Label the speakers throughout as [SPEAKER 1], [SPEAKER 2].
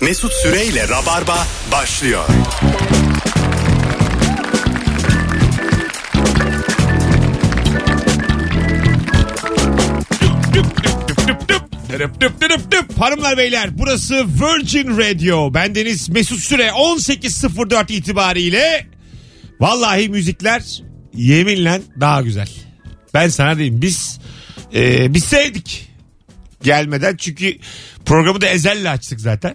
[SPEAKER 1] Mesut Süreyle Rabarba başlıyor.
[SPEAKER 2] Dırıp dıp dırıp dıp. Hanımlar beyler burası Virgin Radio. Bendeniz Mesut Süre 18.04 itibariyle vallahi müzikler yeminle daha güzel. Ben sana diyeyim biz e, biz sevdik gelmeden çünkü programı da ezelle açtık zaten.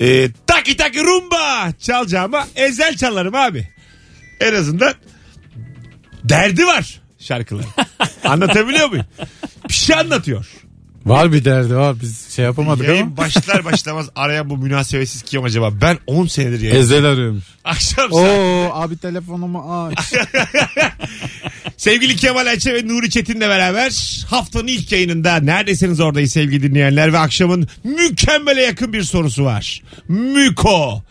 [SPEAKER 2] E, taki taki rumba çalacağıma ezel çalarım abi. En azından derdi var şarkıların. Anlatabiliyor muyum? Bir şey anlatıyor.
[SPEAKER 3] Var bir derdi var biz şey yapamadık ama.
[SPEAKER 2] Yayın başlar başlamaz araya bu münasebetsiz kim acaba? Ben 10 senedir yayın.
[SPEAKER 3] Ezel arıyormuş.
[SPEAKER 2] Akşam saat-
[SPEAKER 3] Oo abi telefonumu aç.
[SPEAKER 2] Sevgili Kemal Ayça ve Nuri Çetin'le beraber haftanın ilk yayınında neredesiniz oradayız sevgili dinleyenler ve akşamın mükemmele yakın bir sorusu var. Müko.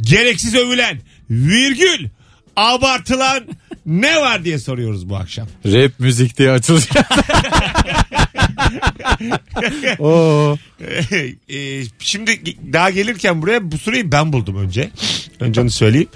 [SPEAKER 2] Gereksiz övülen, virgül, abartılan ne var diye soruyoruz bu akşam.
[SPEAKER 3] Rap müzik diye açılış. Oo.
[SPEAKER 2] Ee, şimdi daha gelirken buraya bu soruyu ben buldum önce. Önce onu söyleyeyim.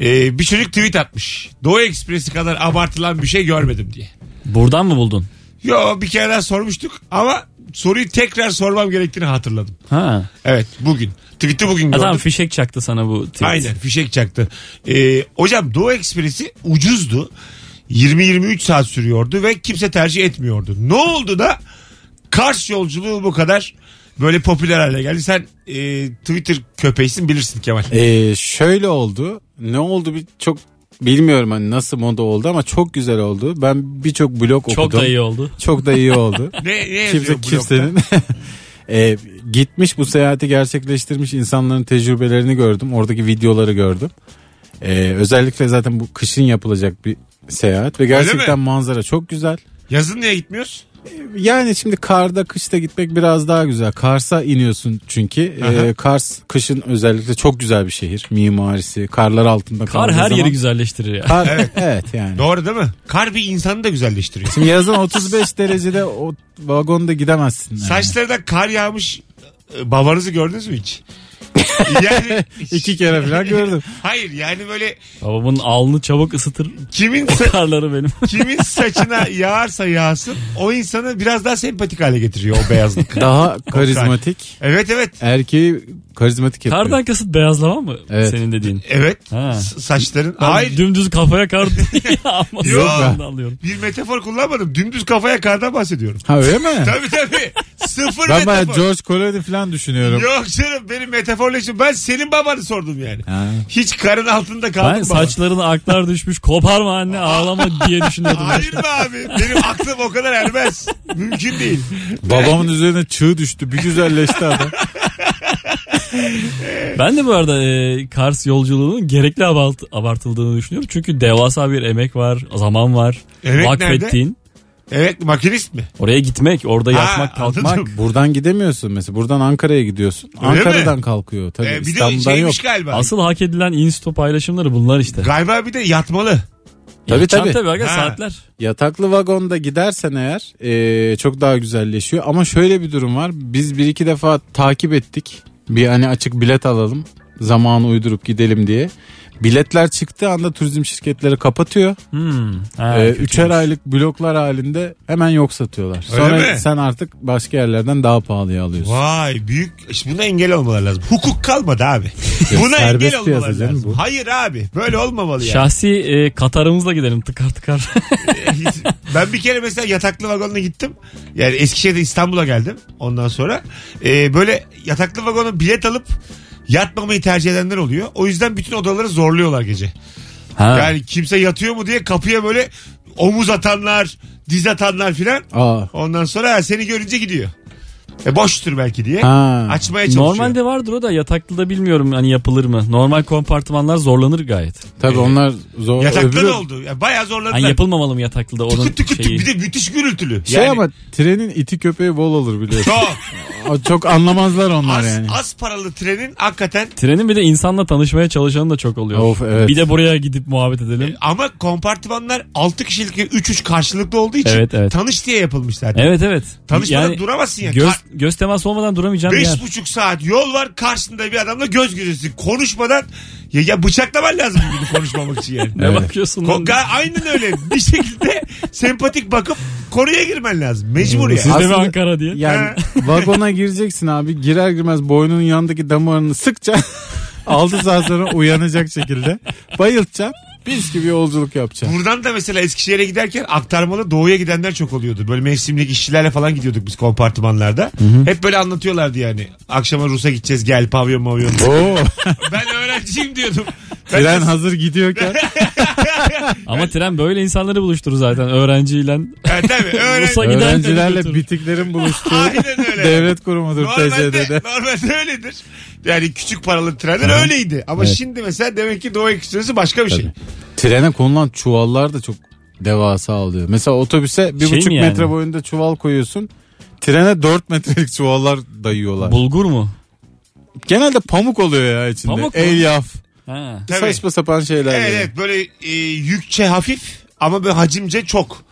[SPEAKER 2] Ee, bir çocuk tweet atmış. Doğu Ekspresi kadar abartılan bir şey görmedim diye.
[SPEAKER 4] Buradan mı buldun?
[SPEAKER 2] Yo bir kere daha sormuştuk ama soruyu tekrar sormam gerektiğini hatırladım.
[SPEAKER 4] Ha.
[SPEAKER 2] Evet bugün. Tweet'i bugün
[SPEAKER 4] Ya
[SPEAKER 2] gördüm.
[SPEAKER 4] tamam fişek çaktı sana bu tweet.
[SPEAKER 2] Aynen fişek çaktı. Ee, hocam Doğu Ekspresi ucuzdu. 20-23 saat sürüyordu ve kimse tercih etmiyordu. Ne oldu da Kars yolculuğu bu kadar böyle popüler hale geldi. Sen e, Twitter köpeğisin bilirsin Kemal.
[SPEAKER 3] Ee, şöyle oldu. Ne oldu bir çok bilmiyorum hani nasıl moda oldu ama çok güzel oldu. Ben birçok blog okudum.
[SPEAKER 4] Çok da iyi oldu.
[SPEAKER 3] Çok da iyi oldu.
[SPEAKER 2] Ne, ne yazıyor
[SPEAKER 3] Kimse
[SPEAKER 2] blogda?
[SPEAKER 3] kimsenin Ee, gitmiş bu seyahati gerçekleştirmiş insanların tecrübelerini gördüm. Oradaki videoları gördüm. Ee, özellikle zaten bu kışın yapılacak bir seyahat ve gerçekten
[SPEAKER 2] mi?
[SPEAKER 3] manzara çok güzel.
[SPEAKER 2] Yazın niye gitmiyoruz?
[SPEAKER 3] Yani şimdi karda kışta gitmek biraz daha güzel. Kars'a iniyorsun çünkü. Ee, Kars kışın özellikle çok güzel bir şehir. Mimarisi, karlar altında
[SPEAKER 4] Kar
[SPEAKER 3] kaldığı
[SPEAKER 4] her
[SPEAKER 3] zaman-
[SPEAKER 4] yeri güzelleştirir ya.
[SPEAKER 3] Kar, evet. yani.
[SPEAKER 2] Doğru değil mi? Kar bir insanı da güzelleştiriyor.
[SPEAKER 3] Şimdi yazın 35 derecede o vagonda gidemezsin. yani.
[SPEAKER 2] Saçlarına kar yağmış e, babanızı gördünüz mü hiç? Yani
[SPEAKER 3] İki kere falan gördüm.
[SPEAKER 2] Hayır yani böyle
[SPEAKER 4] Babamın alnı çabuk ısıtır.
[SPEAKER 2] kimin sa-
[SPEAKER 4] Karları benim.
[SPEAKER 2] kimin saçına yağarsa yağsın o insanı biraz daha sempatik hale getiriyor o beyazlık.
[SPEAKER 3] Daha karizmatik.
[SPEAKER 2] evet evet.
[SPEAKER 3] Erkeği karizmatik yapıyor.
[SPEAKER 4] Kardan kasıt beyazlama mı?
[SPEAKER 3] Evet.
[SPEAKER 4] Senin dediğin.
[SPEAKER 2] Evet.
[SPEAKER 4] Ha.
[SPEAKER 2] S- Saçların.
[SPEAKER 4] Ben
[SPEAKER 2] Hayır.
[SPEAKER 4] Dümdüz kafaya kar yağması
[SPEAKER 2] Yok.
[SPEAKER 4] anlamında alıyorum.
[SPEAKER 2] bir metafor kullanmadım. Dümdüz kafaya kardan bahsediyorum.
[SPEAKER 3] Ha öyle mi?
[SPEAKER 2] tabii tabii. Sıfır
[SPEAKER 3] ben baya
[SPEAKER 2] metafor.
[SPEAKER 3] George Clooney falan düşünüyorum.
[SPEAKER 2] Yok canım benim metaforla işim. Ben senin babanı sordum yani.
[SPEAKER 3] Ha.
[SPEAKER 2] Hiç karın altında kaldım
[SPEAKER 4] Ben
[SPEAKER 2] baba.
[SPEAKER 4] saçlarına aklar düşmüş koparma anne ağlama diye düşünüyordum.
[SPEAKER 2] Hayır be abi. Benim aklım o kadar ermez. Mümkün değil.
[SPEAKER 3] Babamın üzerine çığ düştü. Bir güzelleşti adam.
[SPEAKER 4] Ben de bu arada e, Kars yolculuğunun gerekli abart- abartıldığını düşünüyorum. Çünkü devasa bir emek var, zaman var.
[SPEAKER 2] Emek
[SPEAKER 4] vakfettiğin.
[SPEAKER 2] Evet makinist mi?
[SPEAKER 4] Oraya gitmek, orada
[SPEAKER 2] Ha,
[SPEAKER 4] yatmak, kalkmak.
[SPEAKER 2] anladım.
[SPEAKER 3] Buradan gidemiyorsun mesela. Buradan Ankara'ya gidiyorsun.
[SPEAKER 2] mi?
[SPEAKER 3] Ankara'dan kalkıyor. Tabii
[SPEAKER 2] Ee, bir de
[SPEAKER 3] İstanbul'dan yok.
[SPEAKER 2] şeymiş galiba.
[SPEAKER 4] Asıl hak edilen insto paylaşımları bunlar işte.
[SPEAKER 2] Galiba bir de yatmalı.
[SPEAKER 3] Tabii,
[SPEAKER 4] Yatacaksın
[SPEAKER 3] tabii.
[SPEAKER 4] tabii aga,
[SPEAKER 2] Ha.
[SPEAKER 4] saatler.
[SPEAKER 3] Yataklı vagonda gidersen eğer e, çok daha güzelleşiyor. Ama şöyle bir durum var. Biz bir iki defa takip ettik. Bir hani açık bilet alalım. Zamanı uydurup gidelim diye. Biletler çıktığı anda turizm şirketleri kapatıyor.
[SPEAKER 4] Hmm. Ha,
[SPEAKER 3] Ee,
[SPEAKER 4] kötüymüş.
[SPEAKER 3] üçer aylık bloklar halinde hemen yok satıyorlar.
[SPEAKER 2] Öyle
[SPEAKER 3] Sonra
[SPEAKER 2] mi?
[SPEAKER 3] sen artık başka yerlerden daha pahalıya alıyorsun.
[SPEAKER 2] Vay büyük. Şimdi buna engel olmaları lazım. Hukuk kalmadı abi. buna
[SPEAKER 3] serbest
[SPEAKER 2] engel
[SPEAKER 3] piyasa
[SPEAKER 2] olmaları
[SPEAKER 3] canım
[SPEAKER 2] lazım.
[SPEAKER 3] bu.
[SPEAKER 2] Hayır abi. Böyle olmamalı yani.
[SPEAKER 4] Şahsi e, Katar'ımızla gidelim tıkar tıkar.
[SPEAKER 2] ben bir kere mesela yataklı vagonla gittim. Yani Eskişehir'de İstanbul'a geldim. Ondan sonra e, böyle yataklı vagona bilet alıp yatmamayı tercih edenler oluyor. O yüzden bütün odaları zorluyorlar gece.
[SPEAKER 4] ha.
[SPEAKER 2] Yani kimse yatıyor mu diye kapıya böyle omuz atanlar, diz atanlar filan.
[SPEAKER 3] Aa.
[SPEAKER 2] Ondan sonra ha, seni görünce gidiyor. E boştur belki diye.
[SPEAKER 3] Ha.
[SPEAKER 2] Açmaya çalışıyor.
[SPEAKER 4] Normalde vardır o da yataklıda bilmiyorum hani yapılır mı. Normal kompartımanlar zorlanır gayet.
[SPEAKER 3] Tabii onlar zor.
[SPEAKER 2] Yatakta
[SPEAKER 3] öbürü-
[SPEAKER 2] da Ee, oldu. Ya bayağı zorladılar.
[SPEAKER 4] Hani yapılmamalı mı yataklıda onun
[SPEAKER 2] tıkı tıkı tık.
[SPEAKER 4] şeyi.
[SPEAKER 2] bir de müthiş gürültülü.
[SPEAKER 3] Şey
[SPEAKER 2] yani,
[SPEAKER 3] ama trenin iti köpeği bol olur biliyorsun.
[SPEAKER 2] Çok.
[SPEAKER 3] Aa, çok anlamazlar onlar
[SPEAKER 2] Az,
[SPEAKER 3] yani.
[SPEAKER 2] az paralı trenin hakikaten
[SPEAKER 4] Trenin bir de insanla tanışmaya çalışanı da çok oluyor.
[SPEAKER 3] Of, evet.
[SPEAKER 4] Bir de buraya gidip muhabbet edelim.
[SPEAKER 2] ama kompartımanlar 6 kişilik 3-3 karşılıklı olduğu için
[SPEAKER 4] Evet, evet.
[SPEAKER 2] tanış diye yapılmış zaten.
[SPEAKER 4] Evet evet.
[SPEAKER 2] Tanışmadan
[SPEAKER 4] Yani
[SPEAKER 2] duramazsın ya.
[SPEAKER 4] göz
[SPEAKER 2] Kar-
[SPEAKER 4] göz teması olmadan duramayacağım bir yer.
[SPEAKER 2] Beş buçuk saat yol var karşında bir adamla göz gözesin. Konuşmadan ya, ya bıçaklaman lazım gibi konuşmamak için yani.
[SPEAKER 4] Ne
[SPEAKER 3] Evet.
[SPEAKER 4] bakıyorsun
[SPEAKER 2] Ko-
[SPEAKER 4] lan?
[SPEAKER 2] ga- Aynen öyle. Bir şekilde sempatik bakıp konuya girmen lazım. Mecbur
[SPEAKER 4] Siz
[SPEAKER 2] ya.
[SPEAKER 4] de mi
[SPEAKER 3] Aslında-
[SPEAKER 4] Ankara diye.
[SPEAKER 3] Yani vagona gireceksin abi girer girmez boynunun yanındaki damarını sıkça 6 saat sonra uyanacak şekilde bayıltacaksın. Biz gibi yolculuk yapacaksın.
[SPEAKER 2] Buradan da mesela Eskişehir'e giderken aktarmalı doğuya gidenler çok oluyordu. Böyle mevsimlik işçilerle falan gidiyorduk biz kompartımanlarda. Hep böyle anlatıyorlardı yani. Akşama Rus'a gideceğiz gel pavyon mavyon.
[SPEAKER 3] Oo,
[SPEAKER 2] ben öğrenciyim diyordum. Ben
[SPEAKER 3] tren hazır gidiyorken
[SPEAKER 4] Ama tren böyle insanları buluşturur zaten öğrenciyle.
[SPEAKER 2] Ha, tabii,
[SPEAKER 4] Rus'a
[SPEAKER 2] öğren...
[SPEAKER 4] giden-
[SPEAKER 3] öğrencilerle
[SPEAKER 4] götürür.
[SPEAKER 3] bitiklerin buluştuğu
[SPEAKER 2] Aynen öyle.
[SPEAKER 3] devlet kurumudur
[SPEAKER 2] Normalde,
[SPEAKER 3] TCD'de.
[SPEAKER 2] normalde öyledir. Yani küçük paralı trenler öyleydi. Ama
[SPEAKER 3] Evet.
[SPEAKER 2] şimdi mesela demek ki Doğu Ekspresi başka bir şey.
[SPEAKER 3] Trene konulan çuvallar da çok devasa oluyor. Mesela otobüse bir
[SPEAKER 4] Şey mi
[SPEAKER 3] buçuk
[SPEAKER 4] yani?
[SPEAKER 3] metre boyunda çuval koyuyorsun. Trene 4 metrelik çuvallar dayıyorlar.
[SPEAKER 4] Bulgur mu?
[SPEAKER 3] Genelde pamuk oluyor ya içinde.
[SPEAKER 4] Pamuk mu?
[SPEAKER 3] Elyaf.
[SPEAKER 4] Ha.
[SPEAKER 2] Tabii.
[SPEAKER 3] Saçma sapan şeyler.
[SPEAKER 2] Evet,
[SPEAKER 3] yani.
[SPEAKER 2] evet böyle e, yükçe hafif ama böyle hacimce çok.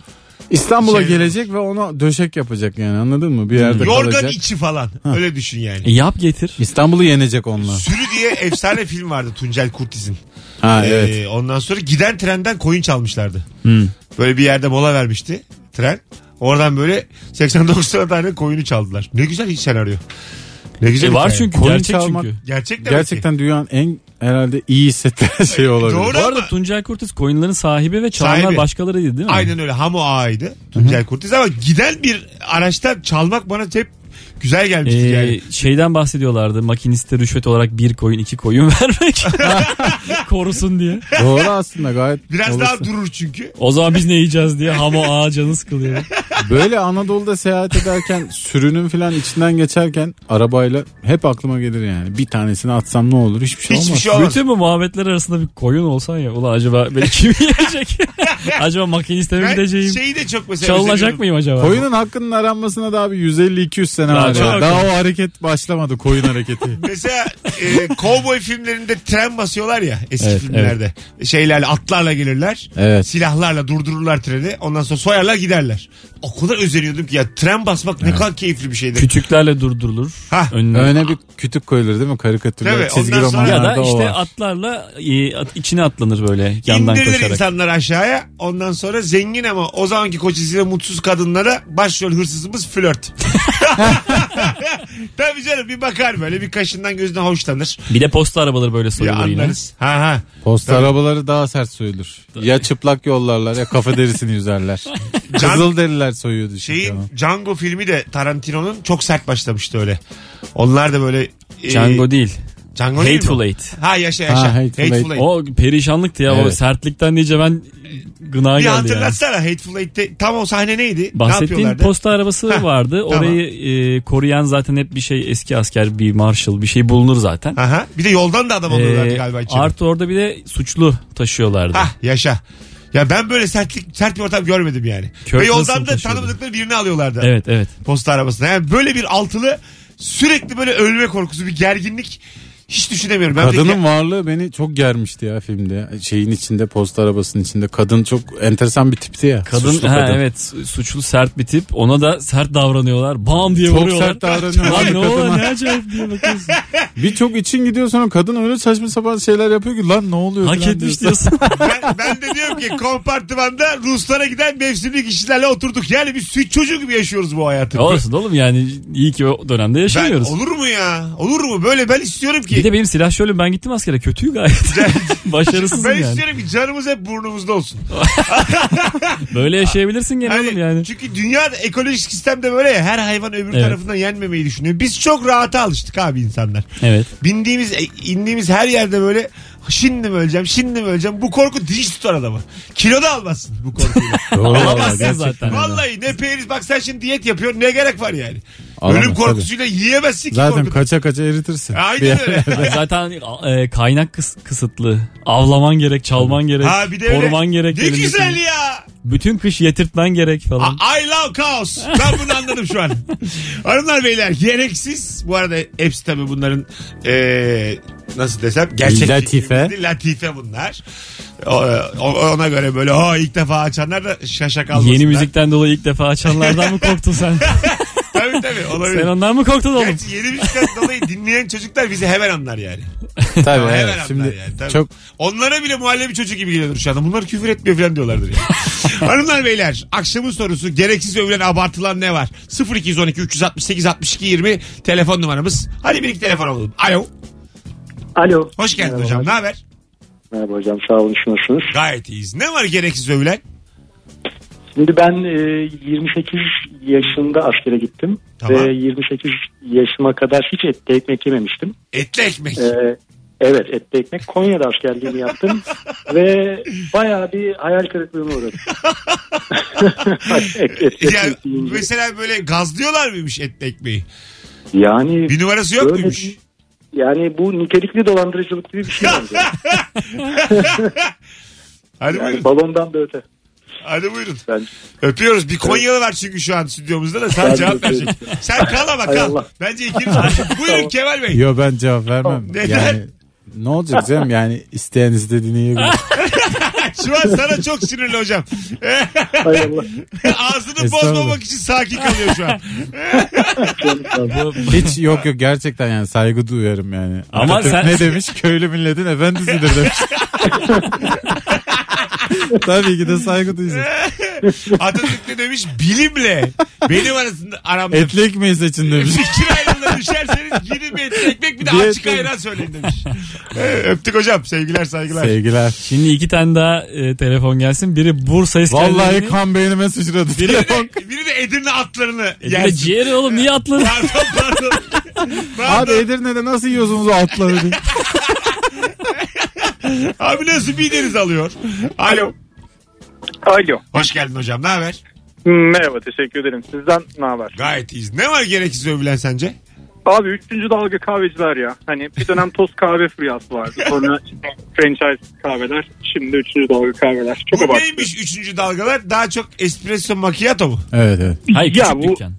[SPEAKER 3] İstanbul'a
[SPEAKER 2] Şey- Hmm.
[SPEAKER 3] gelecek ve ona döşek yapacak yani anladın mı? Bir yerde
[SPEAKER 2] Yorgan
[SPEAKER 3] kalacak.
[SPEAKER 2] içi falan. Öyle düşün yani.
[SPEAKER 4] E, yap getir.
[SPEAKER 3] İstanbul'u yenecek onunla.
[SPEAKER 2] Sürü diye efsane film vardı Tuncel Kurtiz'in.
[SPEAKER 3] Ha
[SPEAKER 2] Ee,
[SPEAKER 3] evet.
[SPEAKER 2] ondan sonra giden trenden koyun çalmışlardı.
[SPEAKER 4] Hmm.
[SPEAKER 2] Böyle bir yerde mola vermişti tren. Oradan böyle 89 tane koyunu çaldılar. Ne güzel hiç senaryo. Ne güzel
[SPEAKER 4] E, var
[SPEAKER 2] hikaye.
[SPEAKER 4] çünkü
[SPEAKER 3] Koyun
[SPEAKER 4] gerçek
[SPEAKER 3] çalmak-
[SPEAKER 4] çünkü.
[SPEAKER 2] Gerçek demek ki.
[SPEAKER 3] Gerçekten dünyanın en herhalde iyi hissettiren şey olabilir.
[SPEAKER 2] Doğru
[SPEAKER 4] Bu
[SPEAKER 2] ama
[SPEAKER 4] arada Tuncel Kurtiz koyunların sahibi ve çalanlar
[SPEAKER 2] Sahibi.
[SPEAKER 4] başkalarıydı değil mi?
[SPEAKER 2] aynen öyle Hamo ağaydı. Tuncel Kurtiz ama giden bir araçtan çalmak bana hep güzel
[SPEAKER 4] Ee,
[SPEAKER 2] gelmişti yani.
[SPEAKER 4] şeyden bahsediyorlardı makiniste rüşvet olarak bir koyun iki koyun vermek korusun diye.
[SPEAKER 3] Doğru aslında gayet.
[SPEAKER 2] Biraz
[SPEAKER 3] olası.
[SPEAKER 2] daha durur çüncanı
[SPEAKER 4] O zaman biz ne yiyeceğiz diye hamo ağa canı sıkılıyor.
[SPEAKER 3] Böyle Anadolu'da seyahat ederken sürünün falan içinden geçerken arabayla hep aklıma gelir yani. Bir tanesini atsam ne olur hiçbir şey
[SPEAKER 2] Hiçbir
[SPEAKER 3] olmaz.
[SPEAKER 2] şey olmaz.
[SPEAKER 4] Bütün bu muhabbetler arasında bir koyun olsan ya ulan acaba beni kim yiyecek? acaba makiniste mi
[SPEAKER 2] Ben şey
[SPEAKER 4] gideceğim?
[SPEAKER 2] şeyi de çok mesela
[SPEAKER 4] Çalınacak
[SPEAKER 2] özeniyorum.
[SPEAKER 4] mıyım acaba?
[SPEAKER 3] Koyunun hakkının aranmasına daha bir 150-200 sene
[SPEAKER 4] Daha
[SPEAKER 3] var.
[SPEAKER 4] çok.
[SPEAKER 3] ya. Daha o hareket başlamadı koyun hareketi.
[SPEAKER 2] Mesela e, kovboy filmlerinde tren basıyorlar ya eski
[SPEAKER 3] Evet,
[SPEAKER 2] filmlerde. Şeylerle atlarla gelirler.
[SPEAKER 3] Evet.
[SPEAKER 2] Silahlarla durdururlar treni. Ondan sonra soyarlar giderler. O kadar özeniyordum ki ya tren basmak ne kadar keyifli bir şeydir.
[SPEAKER 4] Küçüklerle durdurulur.
[SPEAKER 2] Ha.
[SPEAKER 4] Önüne.
[SPEAKER 3] Öne bir kütük koyulur değil mi? Karikatürler,
[SPEAKER 2] Tabii,
[SPEAKER 3] çizgi
[SPEAKER 2] ondan sonra-
[SPEAKER 4] Ya da
[SPEAKER 3] romanlarda o
[SPEAKER 4] işte
[SPEAKER 3] var.
[SPEAKER 4] atlarla e, at- içine atlanır böyle yandan
[SPEAKER 2] İndirilir
[SPEAKER 4] koşarak.
[SPEAKER 2] insanlar aşağıya. Ondan sonra zengin ama o zamanki kocasıyla mutsuz kadınlara başrol hırsızımız flört. Tabii canım bir bakar böyle bir kaşından gözünden hoşlanır.
[SPEAKER 4] Bir de posta arabaları böyle
[SPEAKER 2] Ya
[SPEAKER 4] soyulur yine.
[SPEAKER 2] anlarız. Ha ha.
[SPEAKER 3] Posta arabaları daha sert soyulur. Ya çıplak yollarlar ya kafa derisini yüzerler.
[SPEAKER 2] Can-
[SPEAKER 3] Kızıl deriler soyuyordu
[SPEAKER 2] Şeyin
[SPEAKER 3] şeyi.
[SPEAKER 2] Django filmi de Tarantino'nun çok sert başlamıştı öyle. Onlar da böyle e,
[SPEAKER 4] Django değil.
[SPEAKER 2] Django değil mi?
[SPEAKER 4] Hateful Eight.
[SPEAKER 2] Ha yaşa yaşa.
[SPEAKER 3] Ha,
[SPEAKER 2] Hateful,
[SPEAKER 3] Hateful
[SPEAKER 2] Eight.
[SPEAKER 3] Eight.
[SPEAKER 4] O perişanlıktı ya. O
[SPEAKER 3] Evet.
[SPEAKER 4] sertlikten deyince ben gına
[SPEAKER 2] bir
[SPEAKER 4] geldi ya.
[SPEAKER 2] hatırlatsana Hateful Eight'te tam o sahne neydi? ne
[SPEAKER 4] Bahsettiğin
[SPEAKER 2] yapıyorlardı?
[SPEAKER 4] posta arabası
[SPEAKER 2] Heh,
[SPEAKER 4] vardı.
[SPEAKER 2] tamam.
[SPEAKER 4] Orayı e, koruyan zaten hep bir şey eski asker, bir marshal, bir şey bulunur zaten.
[SPEAKER 2] Aha. Bir de yoldan da adam alıyorlardı
[SPEAKER 4] Ee,
[SPEAKER 2] galiba içeri.
[SPEAKER 4] artı orada bir de suçlu taşıyorlardı.
[SPEAKER 2] Hah yaşa. Ya ben böyle sertlik sert bir ortam görmedim yani.
[SPEAKER 4] Kurt
[SPEAKER 2] Ve yoldan
[SPEAKER 4] Russell
[SPEAKER 2] da
[SPEAKER 4] taşıyordu.
[SPEAKER 2] tanımadıkları birini alıyorlardı
[SPEAKER 4] Evet evet.
[SPEAKER 2] posta arabasına. Yani böyle bir altılı sürekli böyle ölme korkusu bir gerginlik hiç düşünemiyorum. Ben bir de-
[SPEAKER 3] Kadının varlığı beni çok germişti ya filmde. Şeyin içinde posta arabasının içinde. Kadın çok enteresan bir tipti ya.
[SPEAKER 4] Kadın,
[SPEAKER 3] Suçlu
[SPEAKER 4] ha, evet suçlu sert bir tip. Ona da sert davranıyorlar. Bam diye
[SPEAKER 3] Çok
[SPEAKER 4] vuruyorlar.
[SPEAKER 3] sert davranıyor
[SPEAKER 4] Lan
[SPEAKER 3] abi
[SPEAKER 4] ne olur
[SPEAKER 3] kadına.
[SPEAKER 4] ne acayip diye bakıyorsun.
[SPEAKER 3] Bir çok için gidiyor sonra kadın öyle saçma sapan şeyler yapıyor ki lan ne oluyor
[SPEAKER 4] Hak
[SPEAKER 3] falan
[SPEAKER 4] etmiş
[SPEAKER 3] diyorsun.
[SPEAKER 4] diyorsun.
[SPEAKER 2] ben, ben de diyorum ki kompartımanda Ruslara giden mevsimlik işçilerle oturduk. Yani biz süt çocuğu gibi yaşıyoruz bu hayatı.
[SPEAKER 4] Olsun oğlum yani iyi ki o dönemde
[SPEAKER 2] Ben,
[SPEAKER 4] yaşamıyoruz.
[SPEAKER 2] olur mu ya? Olur mu? Böyle ben istiyorum ki.
[SPEAKER 4] Bir de benim silah şöyle ben gittim askere kötüyü gayet.
[SPEAKER 2] ben şey
[SPEAKER 4] Başarısızım yani.
[SPEAKER 2] istiyorum ki canımız hep burnumuzda olsun.
[SPEAKER 4] Böyle yaşayabilirsin gene oğlum
[SPEAKER 2] Hani,
[SPEAKER 4] yani.
[SPEAKER 2] Çünkü dünya ekolojik sistemde böyle ya her hayvan öbür
[SPEAKER 4] Evet.
[SPEAKER 2] tarafından yenmemeyi düşünüyor. Biz çok rahata alıştık abi insanlar.
[SPEAKER 4] Evet.
[SPEAKER 2] Bindiğimiz, e, indiğimiz her yerde böyle şimdi mi öleceğim, şimdi mi öleceğim. Bu korku dinç tutar adamı. Kilo da almazsın bu korkuyla.
[SPEAKER 3] Doğru valla,
[SPEAKER 4] Alamazsın
[SPEAKER 3] gerçekten
[SPEAKER 4] zaten.
[SPEAKER 3] öyle.
[SPEAKER 2] Vallahi ne periz bak sen şimdi diyet yapıyorsun ne gerek var yani.
[SPEAKER 3] Alamaz,
[SPEAKER 2] Ölüm korkusuyla yiyemezsin ki
[SPEAKER 3] Zaten
[SPEAKER 2] korkutu.
[SPEAKER 3] kaça kaça eritirsin. Bir
[SPEAKER 2] Aynen
[SPEAKER 3] yer-
[SPEAKER 2] öyle.
[SPEAKER 4] Ya Zaten e, kaynak kıs- kısıtlı. Avlaman gerek, çalman gerek,
[SPEAKER 2] Ha bir de öyle.
[SPEAKER 4] koruman gerek.
[SPEAKER 2] Ne
[SPEAKER 4] elindesin.
[SPEAKER 2] güzel ya.
[SPEAKER 4] Bütün kış yetirtmen gerek falan.
[SPEAKER 2] I love chaos. Ben bunu anladım şu an. Hanımlar beyler gereksiz. Bu arada hepsi tabii bunların eee, nasıl desem gerçek.
[SPEAKER 3] Latife.
[SPEAKER 2] Latife bunlar. O- o- ona göre böyle o ilk defa açanlar da şaşa kalmasınlar.
[SPEAKER 4] Yeni müzikten dolayı ilk defa açanlardan mı korktun sen?
[SPEAKER 2] tabii tabii olabilir.
[SPEAKER 4] Sen ondan mı korktun oğlum?
[SPEAKER 2] Gerçi yeni müzikten dolayı dinleyen çocuklar bizi hemen anlar yani.
[SPEAKER 3] Tabii
[SPEAKER 2] Hemen
[SPEAKER 3] evet.
[SPEAKER 2] anlar
[SPEAKER 3] Şimdi
[SPEAKER 2] yani, tabii.
[SPEAKER 3] çok
[SPEAKER 2] Onlara bile muhallebi çocuk gibi geliyordur şu anda. Bunlar küfür etmiyor falan diyorlardır yani. Hanımlar beyler akşamın sorusu gereksiz övülen abartılan ne var? 0212 368 62 20 telefon numaramız. Hadi bir iki telefon alalım. Alo.
[SPEAKER 5] Alo.
[SPEAKER 2] Hoş geldin
[SPEAKER 5] Merhaba.
[SPEAKER 2] hocam. Ne haber?
[SPEAKER 5] Merhaba hocam sağ olun siz nasılsınız?
[SPEAKER 2] Gayet iyiyiz. Ne var gereksiz övülen?
[SPEAKER 5] Şimdi ben e, 28 yaşında askere gittim.
[SPEAKER 2] Tamam.
[SPEAKER 5] Ve 28 yaşıma kadar hiç etli ekmek yememiştim.
[SPEAKER 2] Etli ekmek.
[SPEAKER 5] E, evet etli ekmek Konya'da askerliğimi yaptım. ve bayağı bir hayal kırıklığına uğradım. Et- etli ekmek
[SPEAKER 2] yani
[SPEAKER 5] yiyince.
[SPEAKER 2] mesela böyle gazlıyorlar mıymış etli ekmeği?
[SPEAKER 5] yani
[SPEAKER 2] Bir numarası yok
[SPEAKER 5] Öyle
[SPEAKER 2] muymuş?
[SPEAKER 5] bir- yani bu nitelikli dolandırıcılık gibi bir şey bence.
[SPEAKER 2] Hadi
[SPEAKER 5] Yani
[SPEAKER 2] buyurun.
[SPEAKER 5] balondan da öte.
[SPEAKER 2] Hadi buyurun.
[SPEAKER 5] Bence.
[SPEAKER 2] Öpüyoruz. Bir Konyalı var çünkü şu an stüdyomuzda da sen
[SPEAKER 5] Ben
[SPEAKER 2] cevap
[SPEAKER 5] de
[SPEAKER 2] verecek. Sen kal ama
[SPEAKER 5] Hay
[SPEAKER 2] kal.
[SPEAKER 5] Allah.
[SPEAKER 2] Bence ikiniz var. Buyurun Kemal Bey.
[SPEAKER 3] yo ben cevap vermem.
[SPEAKER 2] Neden?
[SPEAKER 3] Yani ne olacak canım yani isteyen istediğini yiyebilir.
[SPEAKER 2] Şu an sana çok sinirli hocam.
[SPEAKER 5] Hay Allah.
[SPEAKER 2] Ağzını
[SPEAKER 3] Estağfurullah.
[SPEAKER 2] bozmamak için sakin kalıyor şu an.
[SPEAKER 3] Hiç yok yok gerçekten yani saygı duyarım yani.
[SPEAKER 4] Ama
[SPEAKER 3] Atatürk
[SPEAKER 4] sen-
[SPEAKER 3] ne demiş? Köylü milletin efendisidir demiş. Tabii ki de saygı duysun.
[SPEAKER 2] Atatürk ne demiş? Bilimle benim arasında aramda
[SPEAKER 3] Etli ekmeği seçin demiş.
[SPEAKER 2] fikir ayrılığına düşerseniz gidin bir etli ekmek bir de
[SPEAKER 3] Diyet
[SPEAKER 2] açık
[SPEAKER 3] demiş.
[SPEAKER 2] ayran söyleyin demiş. Ee, Öptük hocam. Sevgiler saygılar.
[SPEAKER 3] Sevgiler.
[SPEAKER 4] Şimdi iki tane daha e, telefon gelsin. Biri Bursa İskenderun'u.
[SPEAKER 3] Vallahi kan beynime sıçradı.
[SPEAKER 2] Biri
[SPEAKER 3] Telefon.
[SPEAKER 2] de, biri de Edirne atlarını
[SPEAKER 4] Bir de
[SPEAKER 2] yersin.
[SPEAKER 4] ciğeri oğlum niye atladın?
[SPEAKER 2] Pardon pardon. pardon.
[SPEAKER 3] Abi Edirne'de nasıl yiyorsunuz o atları diye.
[SPEAKER 2] Abi nasıl bir deniz alıyor? Alo.
[SPEAKER 6] Alo.
[SPEAKER 2] Hoş geldin hocam. Ne haber?
[SPEAKER 6] Merhaba teşekkür ederim. Sizden ne haber?
[SPEAKER 2] Gayet iyiyiz. Ne var gereksiz övülen sence?
[SPEAKER 6] Abi 3. dalga kahveciler ya. Hani bir dönem toz kahve furyası vardı. Sonra işte franchise kahveler. Şimdi 3. dalga kahveler. Çok
[SPEAKER 2] Bu
[SPEAKER 6] abartı.
[SPEAKER 2] neymiş üçüncü dalgalar? Daha çok espresso macchiato mu?
[SPEAKER 3] Evet evet.
[SPEAKER 4] Hayır
[SPEAKER 6] Ya
[SPEAKER 4] küçük
[SPEAKER 6] bu-
[SPEAKER 4] dükkan.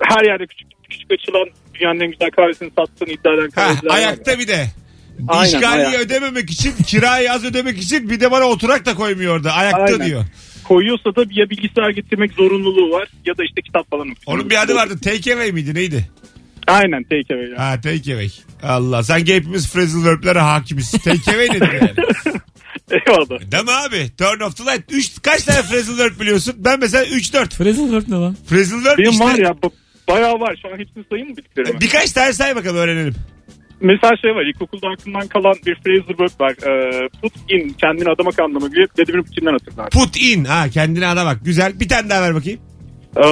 [SPEAKER 6] Her yerde küçük küçük açılan dünyanın en güzel kahvesini sattığını iddia eden
[SPEAKER 2] Ha,
[SPEAKER 6] kahveciler var ya.
[SPEAKER 2] ayakta bir de.
[SPEAKER 6] Aynen,
[SPEAKER 2] İşgaliyi
[SPEAKER 6] ayak.
[SPEAKER 2] ödememek için, kirayı az ödemek için bir de bana oturak da koymuyor orada. Ayakta
[SPEAKER 6] Aynen.
[SPEAKER 2] diyor.
[SPEAKER 6] Koyuyorsa da ya bilgisayar getirmek zorunluluğu var ya da işte kitap falan okuyor.
[SPEAKER 2] Onun bir adı vardı. Take away miydi neydi?
[SPEAKER 6] Aynen take away. ya.
[SPEAKER 2] Ha take away. Allah sanki hepimiz phrasal verb'lere hakimiz. Take away nedir yani?
[SPEAKER 6] Eyvallah.
[SPEAKER 2] Değil mi abi? Turn off the light. Üç, kaç tane phrasal verb biliyorsun? Ben mesela 3-4.
[SPEAKER 4] Fraser Dörp ne lan?
[SPEAKER 2] Phrasal verb
[SPEAKER 6] Benim
[SPEAKER 2] işte.
[SPEAKER 6] var ya ba- bayağı var. Şu an hepsini sayayım mı bildiklerimi?
[SPEAKER 2] Birkaç tane say bakalım öğrenelim.
[SPEAKER 6] Mesela şey var ilkokulda aklımdan kalan bir Fraser Bird var. Ee, put in kendini adamak anlamı gibi Vladimir Putin'den hatırlar.
[SPEAKER 2] Put in. Ha kendine ana bak. Güzel. Bir tane daha ver bakayım.
[SPEAKER 6] Ee,